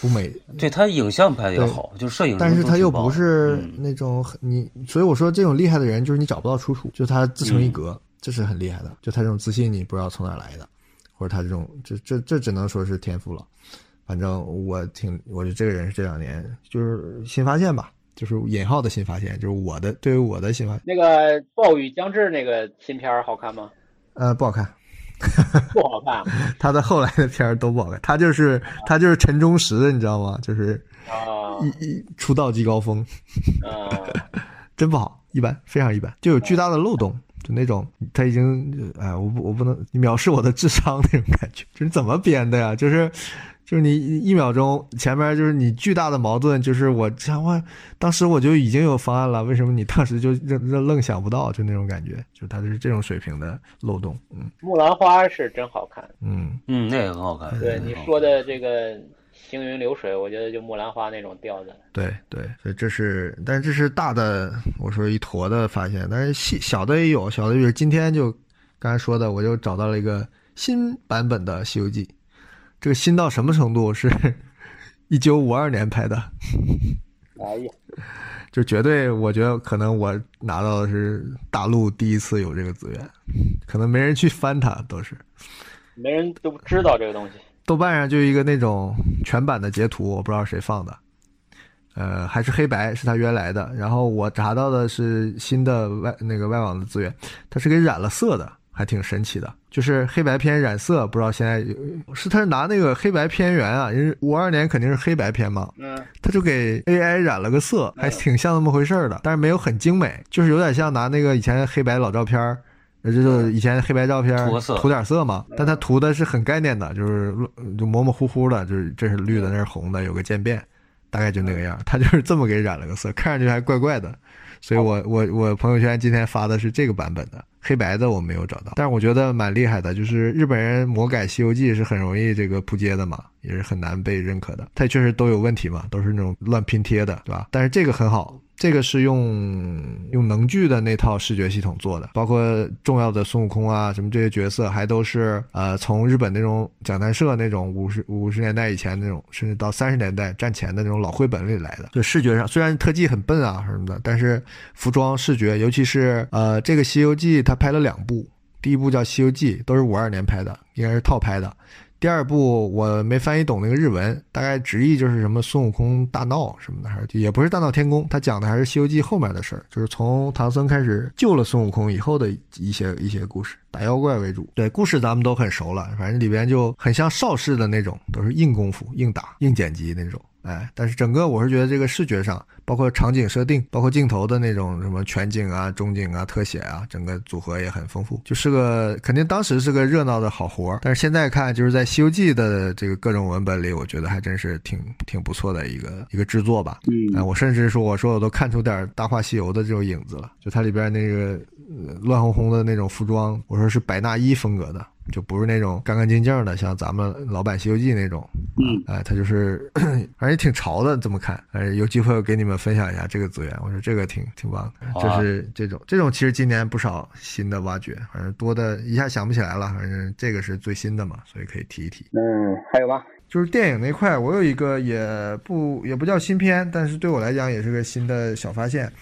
不美，对他影像拍的也好，就是摄影，但是他又不是嗯那种很你，所以我说这种厉害的人就是你找不到出处，就他自成一格，这是很厉害的，就他这种自信你不知道从哪儿来的，或者他这种这这这只能说是天赋了。反正我挺，我觉得这个人是这两年就是新发现吧，就是引号的新发现，就是我的对于我的新发现，那个《暴雨将至》那个新片儿好看吗？ [laughs] 呃，不好看， [laughs] 不 [laughs] 好看他的后来的片儿都不好看，他就是他就是陈忠实，你知道吗？就是啊，嗯一一出道即高峰，嗯。真不好，一般，非常一般，就有巨大的漏洞，就那种他已经，哎，我不，我不能你藐视我的智商那种感觉， [laughs] 就是怎么编的呀？就是，就是你一秒钟前面就是你巨大的矛盾，就是我想我当时我就已经有方案了，为什么你当时就愣愣愣想不到？就那种感觉，就他就是这种水平的漏洞，嗯木兰花是真好看，嗯，嗯，那也很好看。对嗯你说，的这个行云流水，我觉得就木兰花那种调子。对对，所以这是，但是这是大的，我说一坨的发现，但是细小的也有，小的就是今天就刚才说的，我就找到了一个新版本的《西游记》，这个新到什么程度？是 [laughs] 一九五二年拍的，哎呀，就绝对，我觉得可能我拿到的是大陆第一次有这个资源，可能没人去翻它，都是。没人都不知道这个东西。豆瓣上就一个那种全版的截图，我不知道谁放的，呃，还是黑白，是他原来的。然后我查到的是新的外那个外网的资源，它是给染了色的，还挺神奇的。就是黑白片染色，不知道现在有是他是拿那个黑白片源啊，因为五二年肯定是黑白片嘛，嗯，他就给 AI 染了个色，哎还挺像那么回事儿的，但是没有很精美，就是有点像拿那个以前黑白老照片儿。呃就是以前黑白照片嗯涂个色嗯涂点色嘛，但它涂的是很概念的，就是就模模糊糊的，就是这是绿的，那是红的，有个渐变，大概就那个样儿。他就是这么给染了个色，看上去还怪怪的。所以我我我朋友圈今天发的是这个版本的黑白的，我没有找到，但是我觉得蛮厉害的，就是日本人魔改《西游记》是很容易这个扑街的嘛，也是很难被认可的。它也确实都有问题嘛，都是那种乱拼贴的，对吧？但是这个很好。这个是用用能剧的那套视觉系统做的，包括重要的孙悟空啊，什么这些角色，还都是呃从日本那种讲谈社那种五十五十年代以前那种，甚至到三十年代战前的那种老绘本里来的。就视觉上虽然特技很笨啊什么的，但是服装视觉，尤其是呃这个《西游记》，它拍了两部，第一部叫《西游记》，都是五二年拍的，应该是套拍的。第二部我没翻译懂那个日文，大概直译就是什么孙悟空大闹什么的，还是也不是大闹天宫，他讲的还是《西游记》后面的事儿，就是从唐僧开始救了孙悟空以后的一些一些故事，打妖怪为主。对，故事咱们都很熟了，反正里边就很像邵氏的那种，都是硬功夫、硬打、硬剪辑那种。哎，但是整个我是觉得这个视觉上，包括场景设定，包括镜头的那种什么全景啊、中景啊、特写啊，整个组合也很丰富，就是个肯定当时是个热闹的好活儿。但是现在看，就是在《西游记》的这个各种文本里，我觉得还真是挺挺不错的一个一个制作吧。嗯、我甚至说，我说我都看出点儿《大话西游》的这种影子了，就它里边那个、呃乱哄哄的那种服装，我说是百纳衣风格的。就不是那种干干净净的，像咱们老版《西游记》那种，嗯，哎，它就是，反正也挺潮的，这么看，哎，有机会我给你们分享一下这个资源，我说这个挺挺棒的，好这啊是这种这种其实今年不少新的挖掘，反正多的一下想不起来了，反正这个是最新的嘛，所以可以提一提。嗯，还有吗？就是电影那块，我有一个也不也不叫新片，但是对我来讲也是个新的小发现，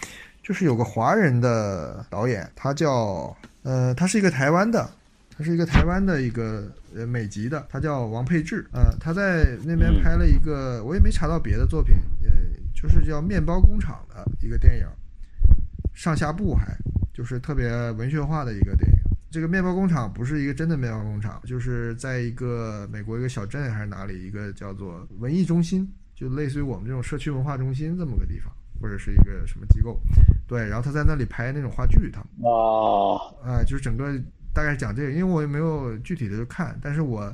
就是有个华人的导演，他叫呃，他是一个台湾的，他是一个台湾的一个呃美籍的，他叫王佩志，呃，他在那边拍了一个，我也没查到别的作品，呃，就是叫《面包工厂》的一个电影，上下部还就是特别文学化的一个电影。这个面包工厂不是一个真的面包工厂，就是在一个美国一个小镇还是哪里一个叫做文艺中心，就类似于我们这种社区文化中心这么个地方，或者是一个什么机构。对，然后他在那里拍那种话剧，他们啊哦，啊、就是整个大概讲这个，因为我也没有具体的看，但是我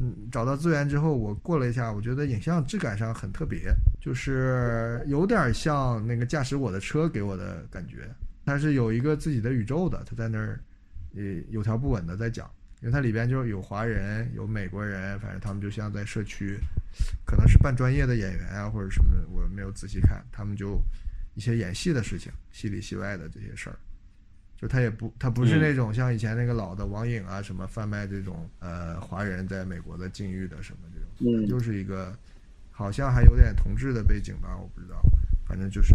嗯，找到资源之后，我过了一下，我觉得影像质感上很特别，就是有点像那个驾驶我的车给我的感觉。它是有一个自己的宇宙的，它在那儿，呃，有条不紊的在讲，因为它里边就是有华人，有美国人，反正他们就像在社区，可能是半专业的演员啊或者什么，我没有仔细看，他们就一些演戏的事情，戏里戏外的这些事儿。就他也不，他不是那种像以前那个老的网瘾啊，什么贩卖这种呃华人在美国的境遇的什么这种，嗯它就是一个好像还有点同志的背景吧，我不知道，反正就是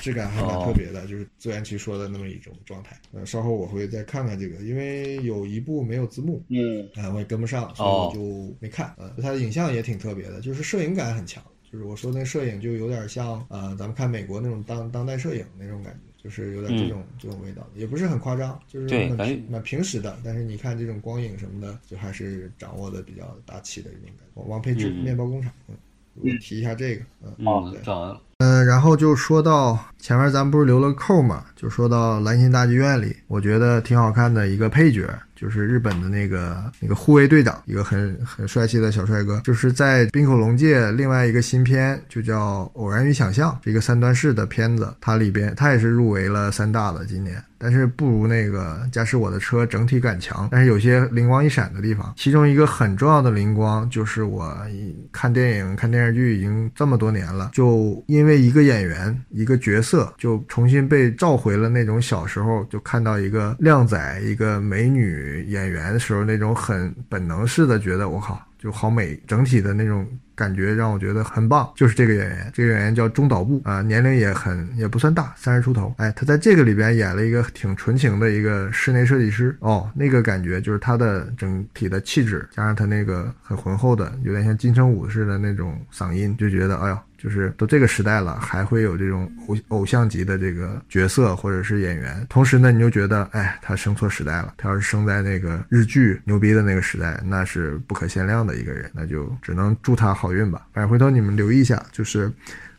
质感还蛮特别的，就是自然奇说的那么一种状态。呃，稍后我会再看看这个，因为有一部没有字幕，嗯啊、我也跟不上，所以我就没看。呃，它的影像也挺特别的，就是摄影感很强。就是我说那摄影就有点像呃，咱们看美国那种当当代摄影那种感觉，就是有点这种、这种味道，也不是很夸张，就是对很感觉平蛮平时的。但是你看这种光影什么的，就还是掌握的比较大气的那种感觉。王佩芝、嗯面包工厂，嗯，我提一下这个，嗯。哦嗯，找完了，嗯，然后就说到前面咱们不是留了扣嘛，就说到兰心大剧院里，我觉得挺好看的一个配角，就是日本的那个那个护卫队长，一个很很帅气的小帅哥，就是在冰口龙界另外一个新片就叫《偶然与想象》，是一个三段式的片子，它里边它也是入围了三大的今年。但是不如那个《驾驶我的车》整体感强，但是有些灵光一闪的地方。其中一个很重要的灵光就是我一看电影、看电视剧已经这么多年了，就因为一个演员、一个角色，就重新被召回了那种小时候就看到一个靓仔、一个美女演员的时候那种很本能式的觉得我靠，就好美，整体的那种感觉让我觉得很棒，就是这个演员，这个演员叫中岛部啊、年龄也很也不算大，三十出头。哎，他在这个里边演了一个挺纯情的一个室内设计师哦，那个感觉就是他的整体的气质，加上他那个很浑厚的，有点像金城武似的那种嗓音，就觉得哎呦。就是都这个时代了，还会有这种偶偶像级的这个角色或者是演员。同时呢，你就觉得，哎，他生错时代了。他要是生在那个日剧牛逼的那个时代，那是不可限量的一个人，那就只能祝他好运吧。反正回头你们留意一下，就是。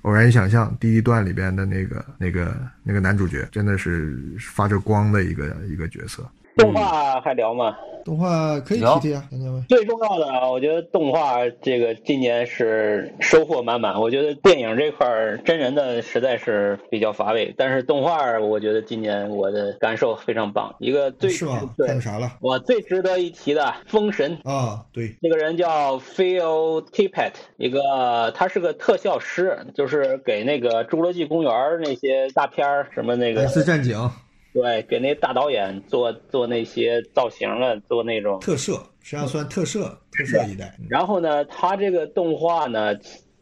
偶然与想象第一段里边的那个、那个、那个男主角，真的是发着光的一个一个角色。动画还聊吗？动画可以提提啊，看见没？最重要的啊，我觉得动画这个今年是收获满满。我觉得电影这块儿真人的实在是比较乏味，但是动画儿我觉得今年我的感受非常棒。一个最是吗？看对见啥了？我最值得一提的《封神》啊，对，那个人叫 Phil Tippett，一个他是个特效师，就是给那个《侏罗纪公园》那些大片儿什么那个《S 战警》对，给那大导演做做那些造型了，做那种特摄，实际上算特摄，特摄一代。嗯然后呢，他这个动画呢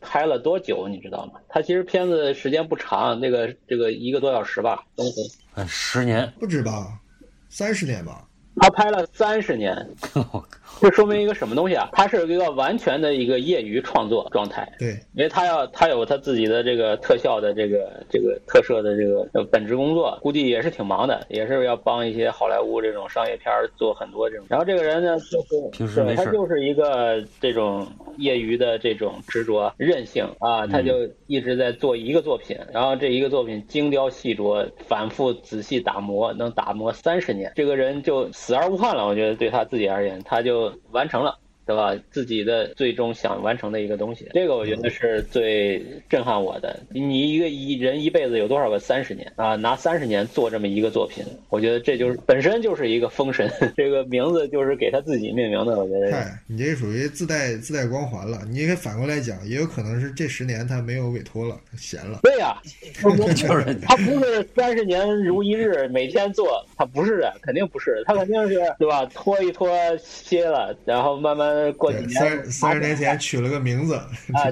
拍了多久，你知道吗？他其实片子时间不长，那个这个一个多小时吧，东西。哎，十年，不止吧，三十年吧。他拍了三十年，我这说明一个什么东西啊？他是一个完全的一个业余创作状态，对，因为他要他有他自己的这个特效的这个这个特摄的这个呃本职工作，估计也是挺忙的，也是要帮一些好莱坞这种商业片儿做很多这种。然后这个人呢，就是平时没对他事儿就是一个这种业余的这种执着任性嗯啊，他就一直在做一个作品，然后这一个作品精雕细琢，反复仔细打磨，能打磨三十年，这个人就死而无憾了。我觉得对他自己而言，他就完成了。对吧？自己的最终想完成的一个东西，这个我觉嗯得是最震撼我的。你一个一人一辈子有多少个三十年啊？拿三十年做这么一个作品，我觉得这嗯就是本身就是一个封神， [laughs] 这个名字就是给他自己命名的。我觉得嗨，你这属于自带自带光环了。你也可以反过来讲，也有可能是这十年他没有委托了，他闲了。[laughs] 对呀、就是他不是三十年如一日，每天做，他不是的，肯定不是，他肯定是对吧？拖一拖歇了，然后慢慢过几对，年，三三十年前取了个名字，啊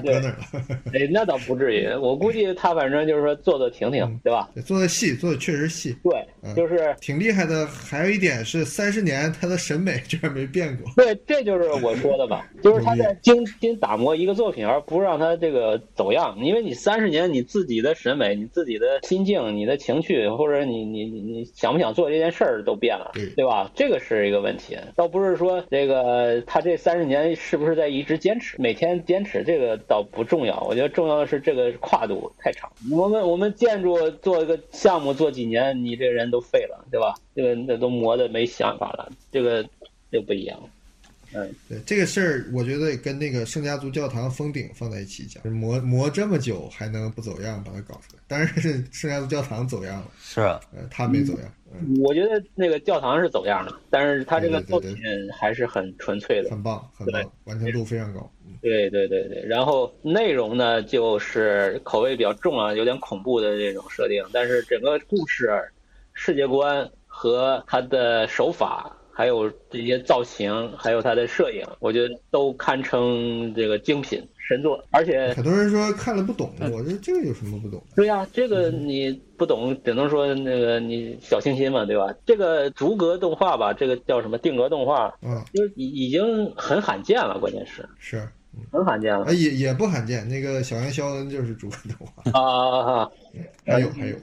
[laughs] 就搁那儿了。 [laughs] 哎，那倒不至于，我估计他反正就是说坐坐停嗯停，对吧？对做的细，做的确实细，嗯对，就是挺厉害的。还有一点是，三十年他的审美居然没变过。 [laughs] 对，这就是我说的吧，就是他在精心打磨一个作品，而不是让他这个走样。因为你三十年，你自己的审美、你自己的心境、你的情绪，或者你你你你想不想做这件事儿都变了对，对吧？这个是一个问题，倒不是说这个他这三十年是不是在一直坚持，每天坚持这个倒不重要。我觉得重要的是这个跨度太长。我们我们建筑做一个项目做几年，你这人都废了，对吧？这个那都磨得没想法了，这个。这不一样，嗯，对这个事儿，我觉得跟那个圣家族教堂封顶放在一起讲，磨磨这么久还能不走样把它搞出来，当然是圣家族教堂走样了，是啊，呃，他没走样，嗯，我觉得那个教堂是走样的，但是它这个对对作对品还是很纯粹的。很棒，很棒嗯对，完成度非常高，嗯，对对对对，然后内容呢就是口味比较重啊，有点恐怖的这种设定，但是整个故事、世界观和它的手法，还有这些造型，还有它的摄影，我觉得都堪称这个精品神作。而且，很多人说看了不懂，嗯我说这个有什么不懂的？对呀、这个你不懂，只能说那个你小清新嘛，对吧？这个逐格动画吧，这个叫什么定格动画，啊，就是已已经很罕见了，关键是是，很罕见了啊，也也不罕见，那个小羊肖恩就是主管动 [laughs] 画，啊啊啊啊！还有还有，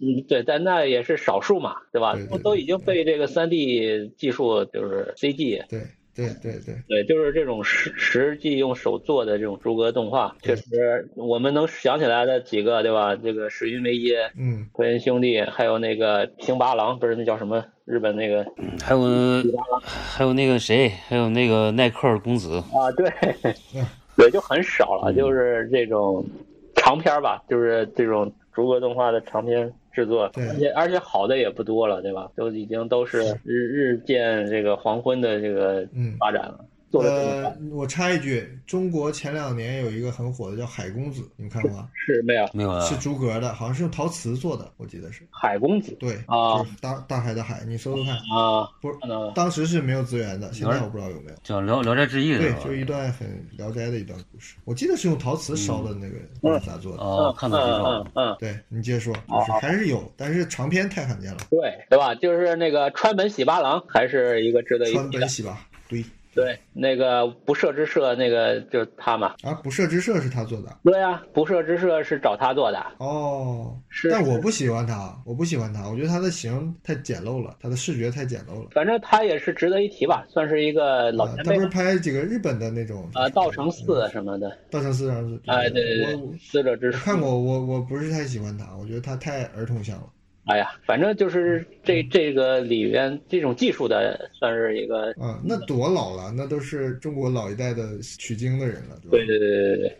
嗯，对，但那也是少数嘛，对吧？对对都都已经被这个三 D 技术，就是 CG，对对对对，对，就是这种实实际用手做的这种逐格动画，确实我们能想起来的几个，对吧？这个水云梅耶、嗯，奎恩兄弟，还有那个平八郎，不是那叫什么日本那个还有还有那个谁，还有那个耐克公子，啊？ [laughs] 对嗯，对，就很少了，就是这种长片儿吧，就是这种逐格动画的长片制作，对而且而且好的也不多了，对吧？都已经都是日日渐这个黄昏的这个嗯发展了，啊做的这么呃快，我插一句，中国前两年有一个很火的叫《海公子》，你们看过 [laughs] 吗？是没有没有啊是？竹格的，好像是用陶瓷做的，我记得是。海公子对，啊就是大大海的海，你搜搜 [laughs] 看，啊，不是看到了当时是没有资源的，现在我不知道有没有。[laughs] 叫《聊聊斋志异》的对是，啊吧就？一段很《聊斋》的一段故事，我记得是用陶瓷烧的那个玩法做的。哦，看到介绍嗯了，嗯嗯，对你接着说，啊就是还是有，但是长篇太罕见了。对对吧？就是那个川本喜八郎还是一个值得一川提的本，喜吧，对对，那个不社之社那个就是他嘛，啊，不社之社是他做的对呀、不社之社是找他做的，哦，是但我不喜欢他，啊我不喜欢他，我觉得他的形太简陋了，他的视觉太简陋了。反正他也是值得一提吧，算是一个老啊前他辈不是拍几个日本的那种啊，稻城寺什么的，稻城四郎是？哎，对对我对，死者之我书看。过，我我不是太喜欢他，我觉得他太儿童像了。哎呀，反正就是这这个里边这种技术的，算是一个，啊，那多老了，那都是中国老一代的取经的人了，对吧？嗯对对对对对对。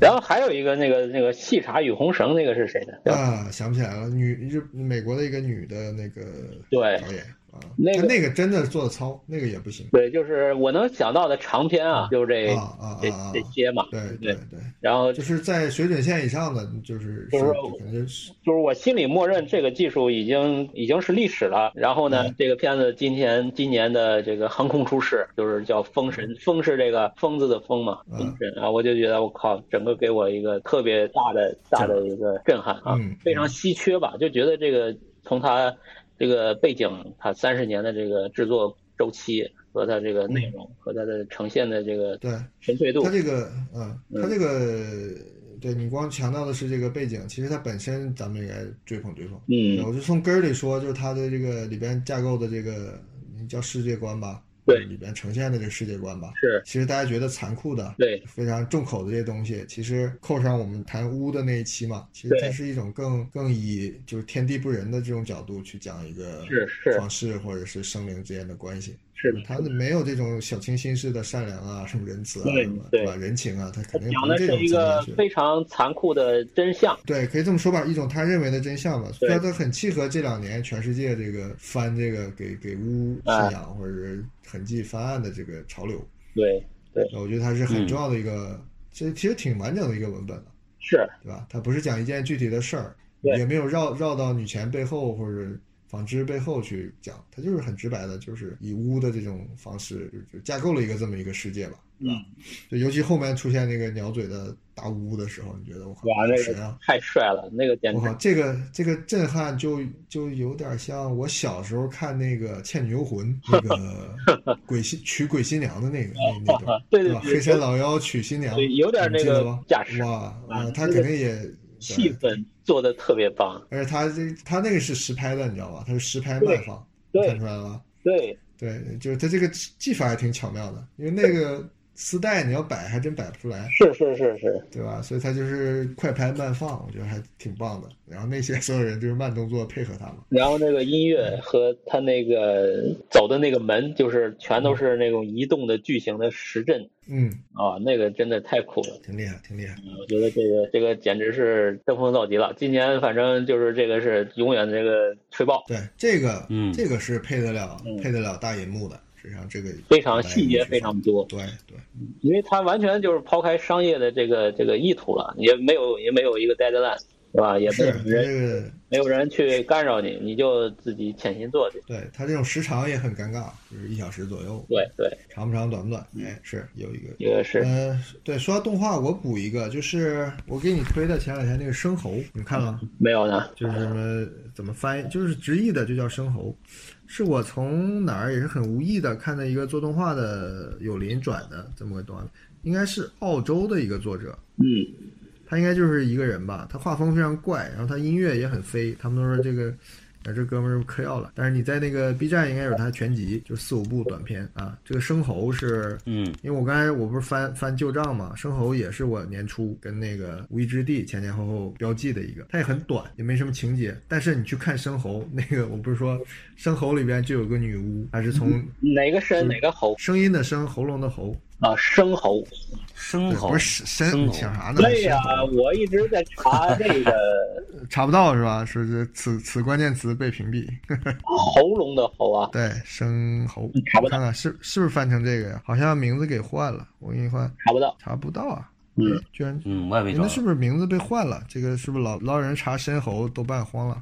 然后还有一个那个那个细茶与红绳，那个是谁的？啊，想不起来了，女日美国的一个女的那个对导演啊，那个但那个真的做的糙，那个也不行对，就是我能想到的长篇啊，就是这、啊啊这啊啊这！些嘛。对对对对，然后就是在水准线以上的，就是就是说就可能就是就是我心里默认这个技术已经已经是历史了。然后嗯呢，这个片子今天今年的这个横空出世，就是叫《封神》，封是这个疯子的疯嘛，嗯封神啊，我就觉得我靠，整个给我一个特别大的大的一个震撼啊嗯，非常稀缺吧，就觉得这个从它这个背景，它三十年的这个制作周期和它这个内容和它的呈现的这个嗯对，纯粹度他，这个，嗯，他这个，对你光强调的是这个背景，其实它本身咱们应该追捧追捧。对嗯，我就从根儿里说，就是它的这个里边架构的这个，你叫世界观吧，对里边呈现的这个世界观吧。是其实大家觉得残酷的，对非常重口的这些东西，其实扣上我们谈巫的那一期嘛，其实对它是一种更更以就是天地不仁的这种角度去讲一个是是创世或者是生灵之间的关系。是的他没有这种小清新式的善良啊，什么仁慈啊，对什么对吧？人情啊，他肯定讲不的是这是种一层面个去。非常残酷的真相。对，可以这么说吧，一种他认为的真相吧。虽对然他很契合这两年全世界这个翻这个给给巫哎信仰或者是痕迹翻案的这个潮流，对，那我觉得它是嗯很重要的一个，这其实挺完整的一个文本了，是对吧？它不是讲一件具体的事儿，对也没有绕绕到女权背后或者纺织背后去讲，它就是很直白的，就是以巫的这种方式就就架构了一个这么一个世界吧。嗯，就尤其后面出现那个鸟嘴的大巫的时候，你觉得我靠，哇，这那谁啊个？太帅了，那个简我直，靠，这个这个震撼就就有点像我小时候看那个《倩女幽魂》那个鬼新娶鬼新娘的那个那那种 [laughs] 对对吧？对黑山老妖娶新娘，对有点你记那个得吧架势哇，啊呃他那个肯定也气对氛做的特别棒。而且他这他那个是实拍的，你知道吧？他是实拍慢放，对看出来了吧？对对，就是他这个技法也挺巧妙的，因为那个丝带你要摆还真摆不出来，是是是是，对吧？所以它就是快拍慢放，我觉得还挺棒的。然后那些 [laughs] 所有人就是慢动作配合他嘛，然后那个音乐和他那个走的那个门，就是全都是那种移动的巨型的石阵嗯，啊，那个真的太酷了。挺厉害，挺厉害。我觉得这个这个简直是登峰造极了。今年反正就是这个是永远这个吹爆，对，这个，嗯这个是配得了嗯配得了大银幕的，实际上这个非哎常细节非常多，对对，因为它完全就是抛开商业的这个这个意图了，也没有也没有一个 deadline，是吧？也没是有它人这个，没有人去干扰你，你就自己潜心做去。对它这种时长也很尴尬，就是一小时左右，对对，长不长短不短，哎，是有一个。这个是呃，对，说到动画，我补一个，就是我给你推的前两天那个《生猴》，你看了吗？没有呢。就是什么怎么翻译，就是直译的就叫生猴，是我从哪儿也是很无意的看到一个做动画的友邻转的这么个动画，应该是澳洲的一个作者，嗯，他应该就是一个人吧，他画风非常怪，然后他音乐也很飞，他们都说这个。啊，这哥们儿嗑药了，但是你在那个 B 站应该有他全集，就四五部短片啊。这个生猴是嗯因为我刚才我不是翻翻旧账嘛，生猴也是我年初跟那个无意之地前前后后标记的一个，它也很短，也没什么情节，但是你去看生猴那个，我不是说生猴里边就有个女巫，[laughs] 还是从哪个神哪个猴声音的声，喉咙的喉，啊？生猴。生对猴不是生神，猴想啥呢？对呀、生猴我一直在查这个查不到是吧？是是此此关键词被屏蔽。喉咙的喉啊。对，生猴，查嗯不我看看是是不是翻成这个呀？好像名字给换了，我给你换，查不到。查不到啊，嗯，啊居然嗯，我也没你找们是到。不是名字被换了？这个是不是老老有人查申猴豆瓣慌 [laughs] 了？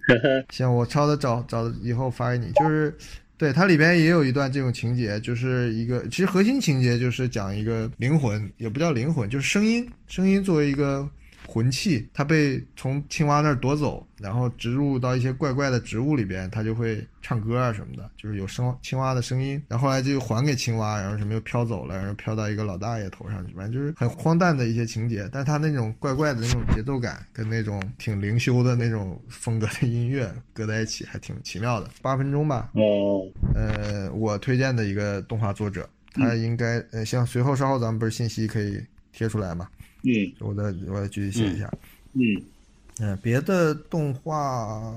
行，我抄的找找以后发给你。就是，对它里边也有一段这种情节，就是一个其实核心情节就是讲一个灵魂，也不叫灵魂，就是声音，声音作为一个魂器，它被从青蛙那儿夺走，然后植入到一些怪怪的植物里边，它就会唱歌啊什么的，就是有声青蛙的声音。然后后来就还给青蛙，然后什么又飘走了，然后飘到一个老大爷头上去，反正就是很荒诞的一些情节。但它那种怪怪的那种节奏感，跟那种挺灵修的那种风格的音乐搁在一起，还挺奇妙的。八分钟吧，嗯，呃，我推荐的一个动画作者，他应该呃，像随后稍后咱们不是信息可以贴出来嘛，嗯我再我再具体写一下。嗯，嗯，别的动画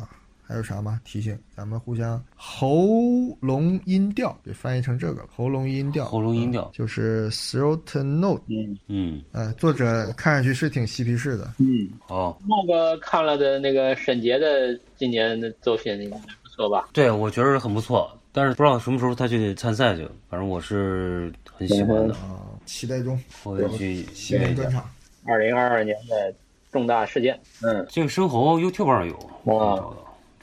还有啥吗？提醒咱们互相喉咙音调，给翻译成这个了喉咙音调，喉咙音调就是 throat note。嗯嗯，呃，作者看上去是挺嬉皮士的，嗯，好，那个看了的那个沈杰的今年的作品应该不错吧？对我觉得很不错，但是不知道什么时候他去参赛去了。反正我是很喜欢的，啊，期待中我得去新约闻一专下。场。二零二二年的重大事件。嗯，这个生猴 YouTube 上有，哇我找到。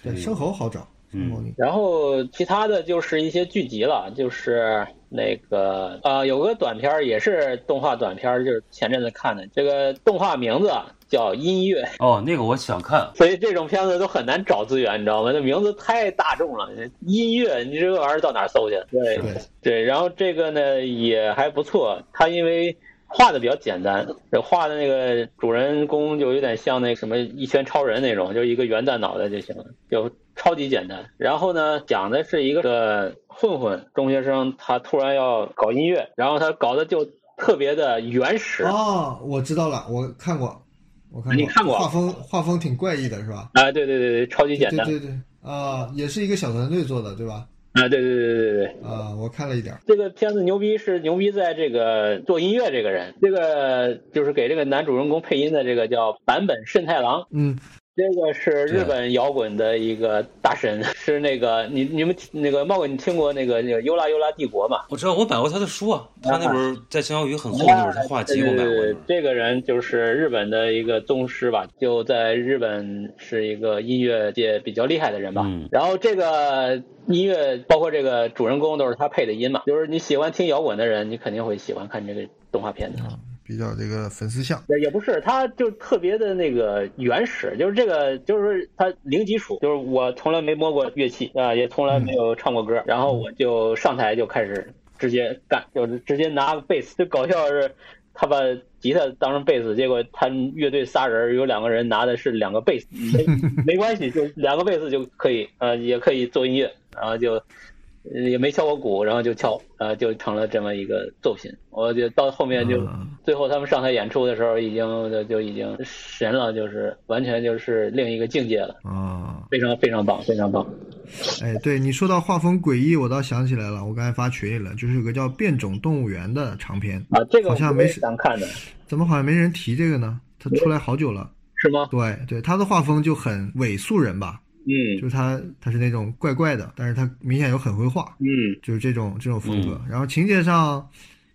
对，生猴好找，嗯生猴你然后其他的就是一些剧集了，就是那个呃，有个短片儿也是动画短片儿，就是前阵子看的，这个动画名字啊叫《音乐》。哦，那个我想看，所以这种片子都很难找资源，你知道吗？这名字太大众了，音乐你这个玩意儿到哪儿搜去？对对对，然后这个呢也还不错，他因为画的比较简单，这画的那个主人公就有点像那什么一拳超人那种，就是一个圆蛋脑袋就行了，就超级简单。然后呢，讲的是一个呃混混中学生，他突然要搞音乐，然后他搞的就特别的原始。哦，我知道了，我看过，我看过，你看过画风画风挺怪异的是吧？啊，对对对对，超级对简单！对对，啊，也是一个小团队做的对吧？啊，对对对对对对，啊，我看了一点儿，这个片子牛逼是牛逼在这个做音乐这个人，这个就是给这个男主人公配音的这个叫坂本慎太郎，嗯，这个是日本摇滚的一个大神，是那个你你们听那个茂哥你听过那个那个《优拉优拉帝国》吗？我知道我买过他的书啊，他那本儿在青岛鱼很厚哦那本儿，他画集我买过那呃本儿。这个人就是日本的一个宗师吧，就在日本是一个音乐界比较厉害的人吧。嗯然后这个音乐包括这个主人公都是他配的音嘛，就是你喜欢听摇滚的人，你肯定会喜欢看这个动画片的。比较这个粉丝向。也也不是，他就特别的那个原始，就是这个，就是他零基础，就是我从来没摸过乐器啊、也从来没有唱过歌，然后我就上台就开始直接干，就是直接拿个贝斯。最搞笑的是，他把吉他当成贝斯，结果他们乐队仨人有两个人拿的是两个贝啊斯，没没关系，就两个贝斯就可以，呃，也可以做音乐，然后就呃也没敲过鼓，然后就敲，呃，就成了这么一个作品。我觉得到后面就、嗯最后他们上台演出的时候，已经就就已经神了，就是完全就是另一个境界了，啊，非常非常棒，非常棒。哎，对你说到画风诡异，我倒想起来了，我刚才发群里了，就是有个叫《变种动物园》的长篇，啊，这个好像我也没事想看的，怎么好像没人提这个呢？它出来好久了，是吗？对对，它的画风就很伪素人吧，嗯就是它它是那种怪怪的，但是它明显有很会画，嗯就是这种这种风格。然后情节上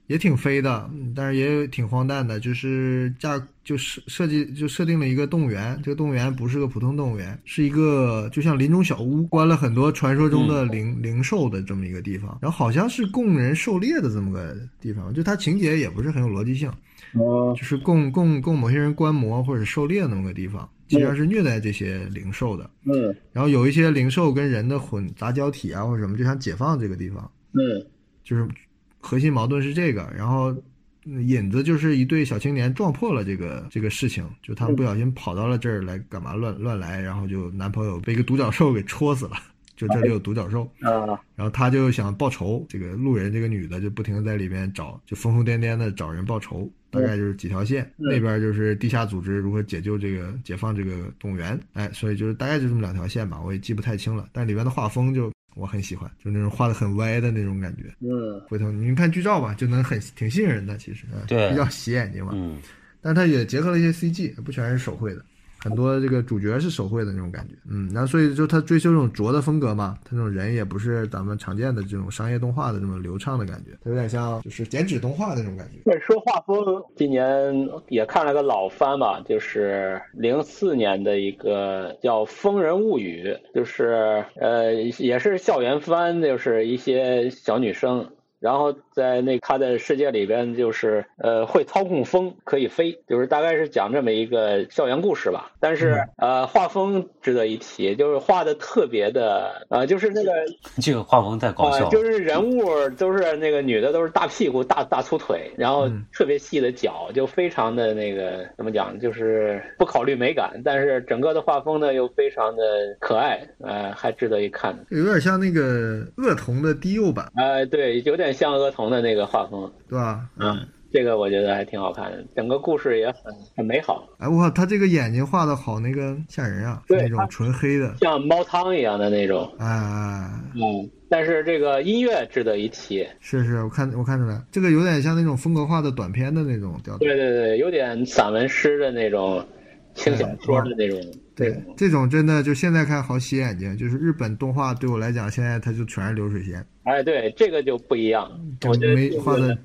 也挺飞的，嗯但是也有挺荒诞的，就是架就是设计就设定了一个动物园，这个动物园不是个普通动物园，是一个就像林中小屋，关了很多传说中的嗯灵、灵兽的这么一个地方，然后好像是供人狩猎的这么个地方，就它情节也不是很有逻辑性，哦就是供供供某些人观摩或者狩猎的那么个地方，其实上是虐待这些灵兽的。嗯然后有一些灵兽跟人的混杂交体啊，或者什么，就想解放这个地方，嗯就是核心矛盾是这个，然后嗯引子就是一对小青年撞破了这个这个事情，就他们不小心跑到了这儿来干嘛乱乱来，然后就男朋友被一个独角兽给戳死了，就这里有独角兽，啊然后他就想报仇，这个路人这个女的就不停的在里面找，就疯疯癫癫的找人报仇，大概就是几条线，嗯那边就是地下组织如何解救这个解放这个动物园，哎，所以就是大概就这么两条线吧，我也记不太清了，但里面的画风就我很喜欢，就那种画的很歪的那种感觉。嗯回头你看剧照吧，就能很挺吸引人的，其实，嗯对比较洗眼睛嘛。嗯，但是它也结合了一些 CG，不全是手绘的，很多这个主角是手绘的那种感觉。嗯，然后所以就他追求这种拙的风格嘛，他这种人也不是咱们常见的这种商业动画的这么流畅的感觉，它有点像就是剪纸动画的那种感觉。但是说画风，今年也看了个老番吧，就是零四年的一个叫《疯人物语》，就是呃也是校园番，就是一些小女生。然后在那她的世界里边，就是呃会操控风，可以飞，就是大概是讲这么一个校园故事吧。但是呃画风值得一提，就是画的特别的呃，就是那个这个画风太搞笑了，啊，就是人物都是那个女的都是大屁股、大大粗腿，然后嗯特别细的脚，就非常的那个怎么讲，就是不考虑美感，但是整个的画风呢又非常的可爱，呃，还值得一看。有点像那个恶童的低幼版，呃，对，有点像恶童的那个画风，对吧？嗯，这个我觉得还挺好看的，整个故事也很很美好，哎，我靠，他这个眼睛画的好那个吓人啊，是对那种它纯黑的，像猫汤一样的那种。啊，嗯，但是这个音乐值得一提，是是，我看我看出来，这个有点像那种风格化的短片的那种调调。对对对，有点散文诗的那种，轻小说的那种。那对种，这种真的就现在看好洗眼睛，就是日本动画对我来讲，现在它就全是流水线，哎，对，这个就不一样，就我觉得嗯没这画的个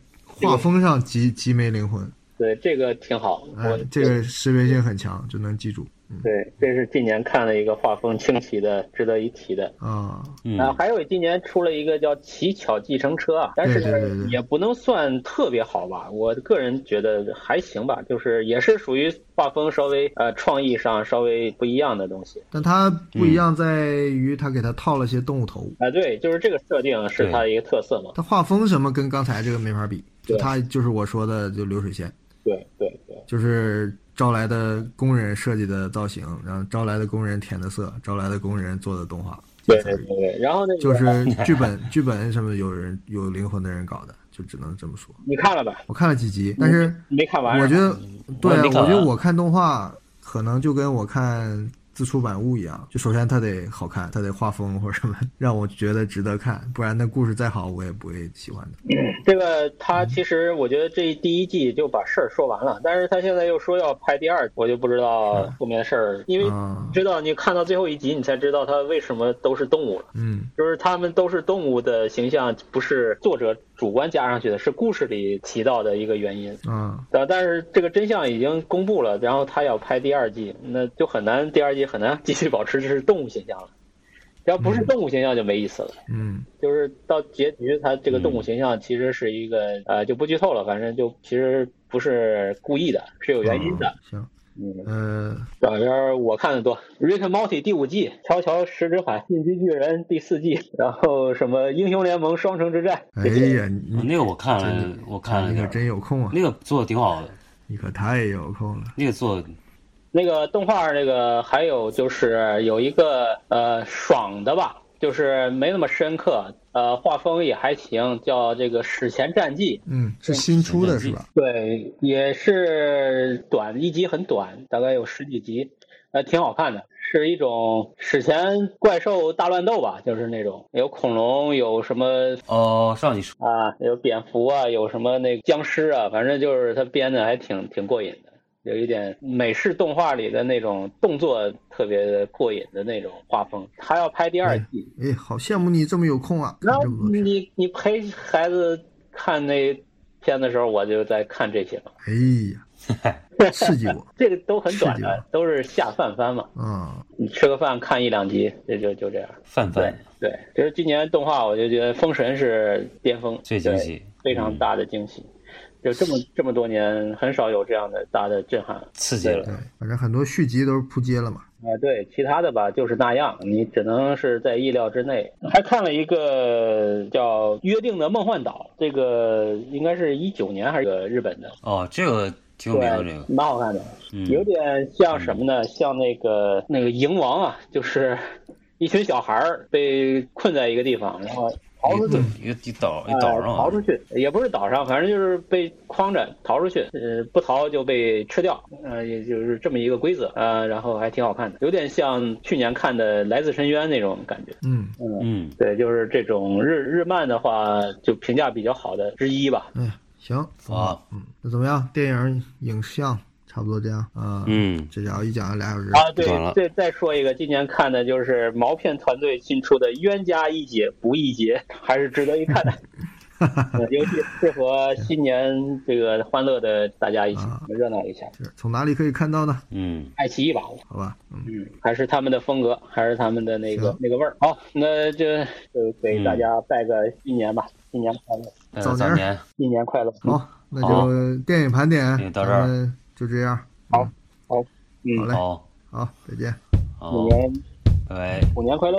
画风上极极没灵魂，对这个挺好。哎我，这个识别性很强，就能记住对，这是近年看了一个画风清奇的，值得一提的。啊。嗯啊，还有今年出了一个叫《乞巧计程车》啊，但是对对对对也不能算特别好吧，我个人觉得还行吧，就是也是属于画风稍微呃创意上稍微不一样的东西。但它不一样在于它给它套了些动物头，啊，对，就是这个设定是它的一个特色嘛。它画风什么跟刚才这个没法比，就对它就是我说的就流水线，对对对，就是招来的工人设计的造型，然后招来的工人填的色，招来的工人做的动画，仅对此对而已对对。然后那个就是 [laughs] 剧本剧本什么有人有灵魂的人搞的，就只能这么说。你看了吧？我看了几集，但是没看完是吧？我觉得，对啊，我没我看觉完得我看动画可能就跟我看自出版物一样，就首先它得好看，它得画风或者什么让我觉得值得看，不然那故事再好我也不会喜欢的。这个他其实我觉得这第一季就把事儿说完了，但是他现在又说要拍第二，我就不知道后面的事儿，因为啊，知道你看到最后一集，你才知道他为什么都是动物了，嗯就是他们都是动物的形象，不是作者主观加上去的，是故事里提到的一个原因。啊，但但是这个真相已经公布了，然后他要拍第二季，那就很难，第二季很难继续保持这是动物形象了。只要不是嗯动物形象就没意思了。嗯就是到结局，它这个动物形象其实是一个、嗯呃，就不剧透了，反正就其实不是故意的，是有原因的。啊行，嗯，呃，这边我看的多，《Rick and Morty》第五季，《乔乔石之海》《进击巨人》第四季，然后什么《英雄联盟：双城之战》哎这些。呀，你那个我看真了，我看了你一可下，真有空啊，那个做的挺好的，你可太有空了。那个做得那个动画，那个还有就是有一个呃爽的吧，就是没那么深刻，呃，画风也还行，叫这个《史前战记》。嗯，是新出的是吧？对，也是短，一集很短，大概有十几集，呃，挺好看的，是一种史前怪兽大乱斗吧，就是那种有恐龙，有什么哦，上一说啊，有蝙蝠啊，有什么那个僵尸啊，反正就是他编的还挺挺过瘾的，有一点美式动画里的那种动作特别的过瘾的那种画风。他要拍第二季，哎，好羡慕你这么有空啊！然看后这么多片你你陪孩子看那片的时候，我就在看这些了。哎呀，刺激我这个都很短是的的，都是下饭番嘛，啊！你吃个饭看一两集，这就就这样。范对范对，其实今年动画，我就觉得《封神》是巅峰，最惊喜，对，非常大的惊喜。就这么这么多年，很少有这样的大的震撼。啊、刺激了对，反正很多续集都是扑街了嘛。对，其他的吧就是那样，你只能是在意料之内。还看了一个叫《约定的梦幻岛》，这个应该是一九年还是个日本的，哦，这个挺有名的，这对个，蛮好看的。有嗯，点像什么呢？像那个嗯那个蝇王啊，就是一群小孩儿被困在一个地方，然后逃出去，一个一岛一呃岛逃出上，去也不是岛上，反正就是被框着逃出去，呃，不逃就被吃掉，呃，也就是这么一个规则，呃，然后还挺好看的，有点像去年看的《来自深渊》那种感觉。嗯，嗯，对，就是这种日日漫的话，就评价比较好的之一吧。哎，行啊，嗯，那怎么样？电影、影像差不多这样啊。，嗯，这家伙一讲俩小时，啊，对转了对，再说一个，今年看的就是毛片团队新出的《冤家宜解不宜结》，还是值得一看的。 [laughs] 呃尤其适合新年这个欢乐的大家一起啊热闹一下，是从哪里可以看到呢？嗯，爱奇艺吧，好吧，嗯，嗯，还是他们的风格，还是他们的那行个嗯那个味儿。好，那就就给大家拜个新年吧，新年快乐，呃早年早儿年，新年快乐。好，那好就电影盘点嗯到这儿咱们就这样。好嗯，嗯，好嘞好，好，再见。好虎，嗯年拜拜。虎年快乐。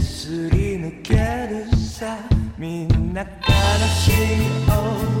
すり抜けるさみんな悲しい Oh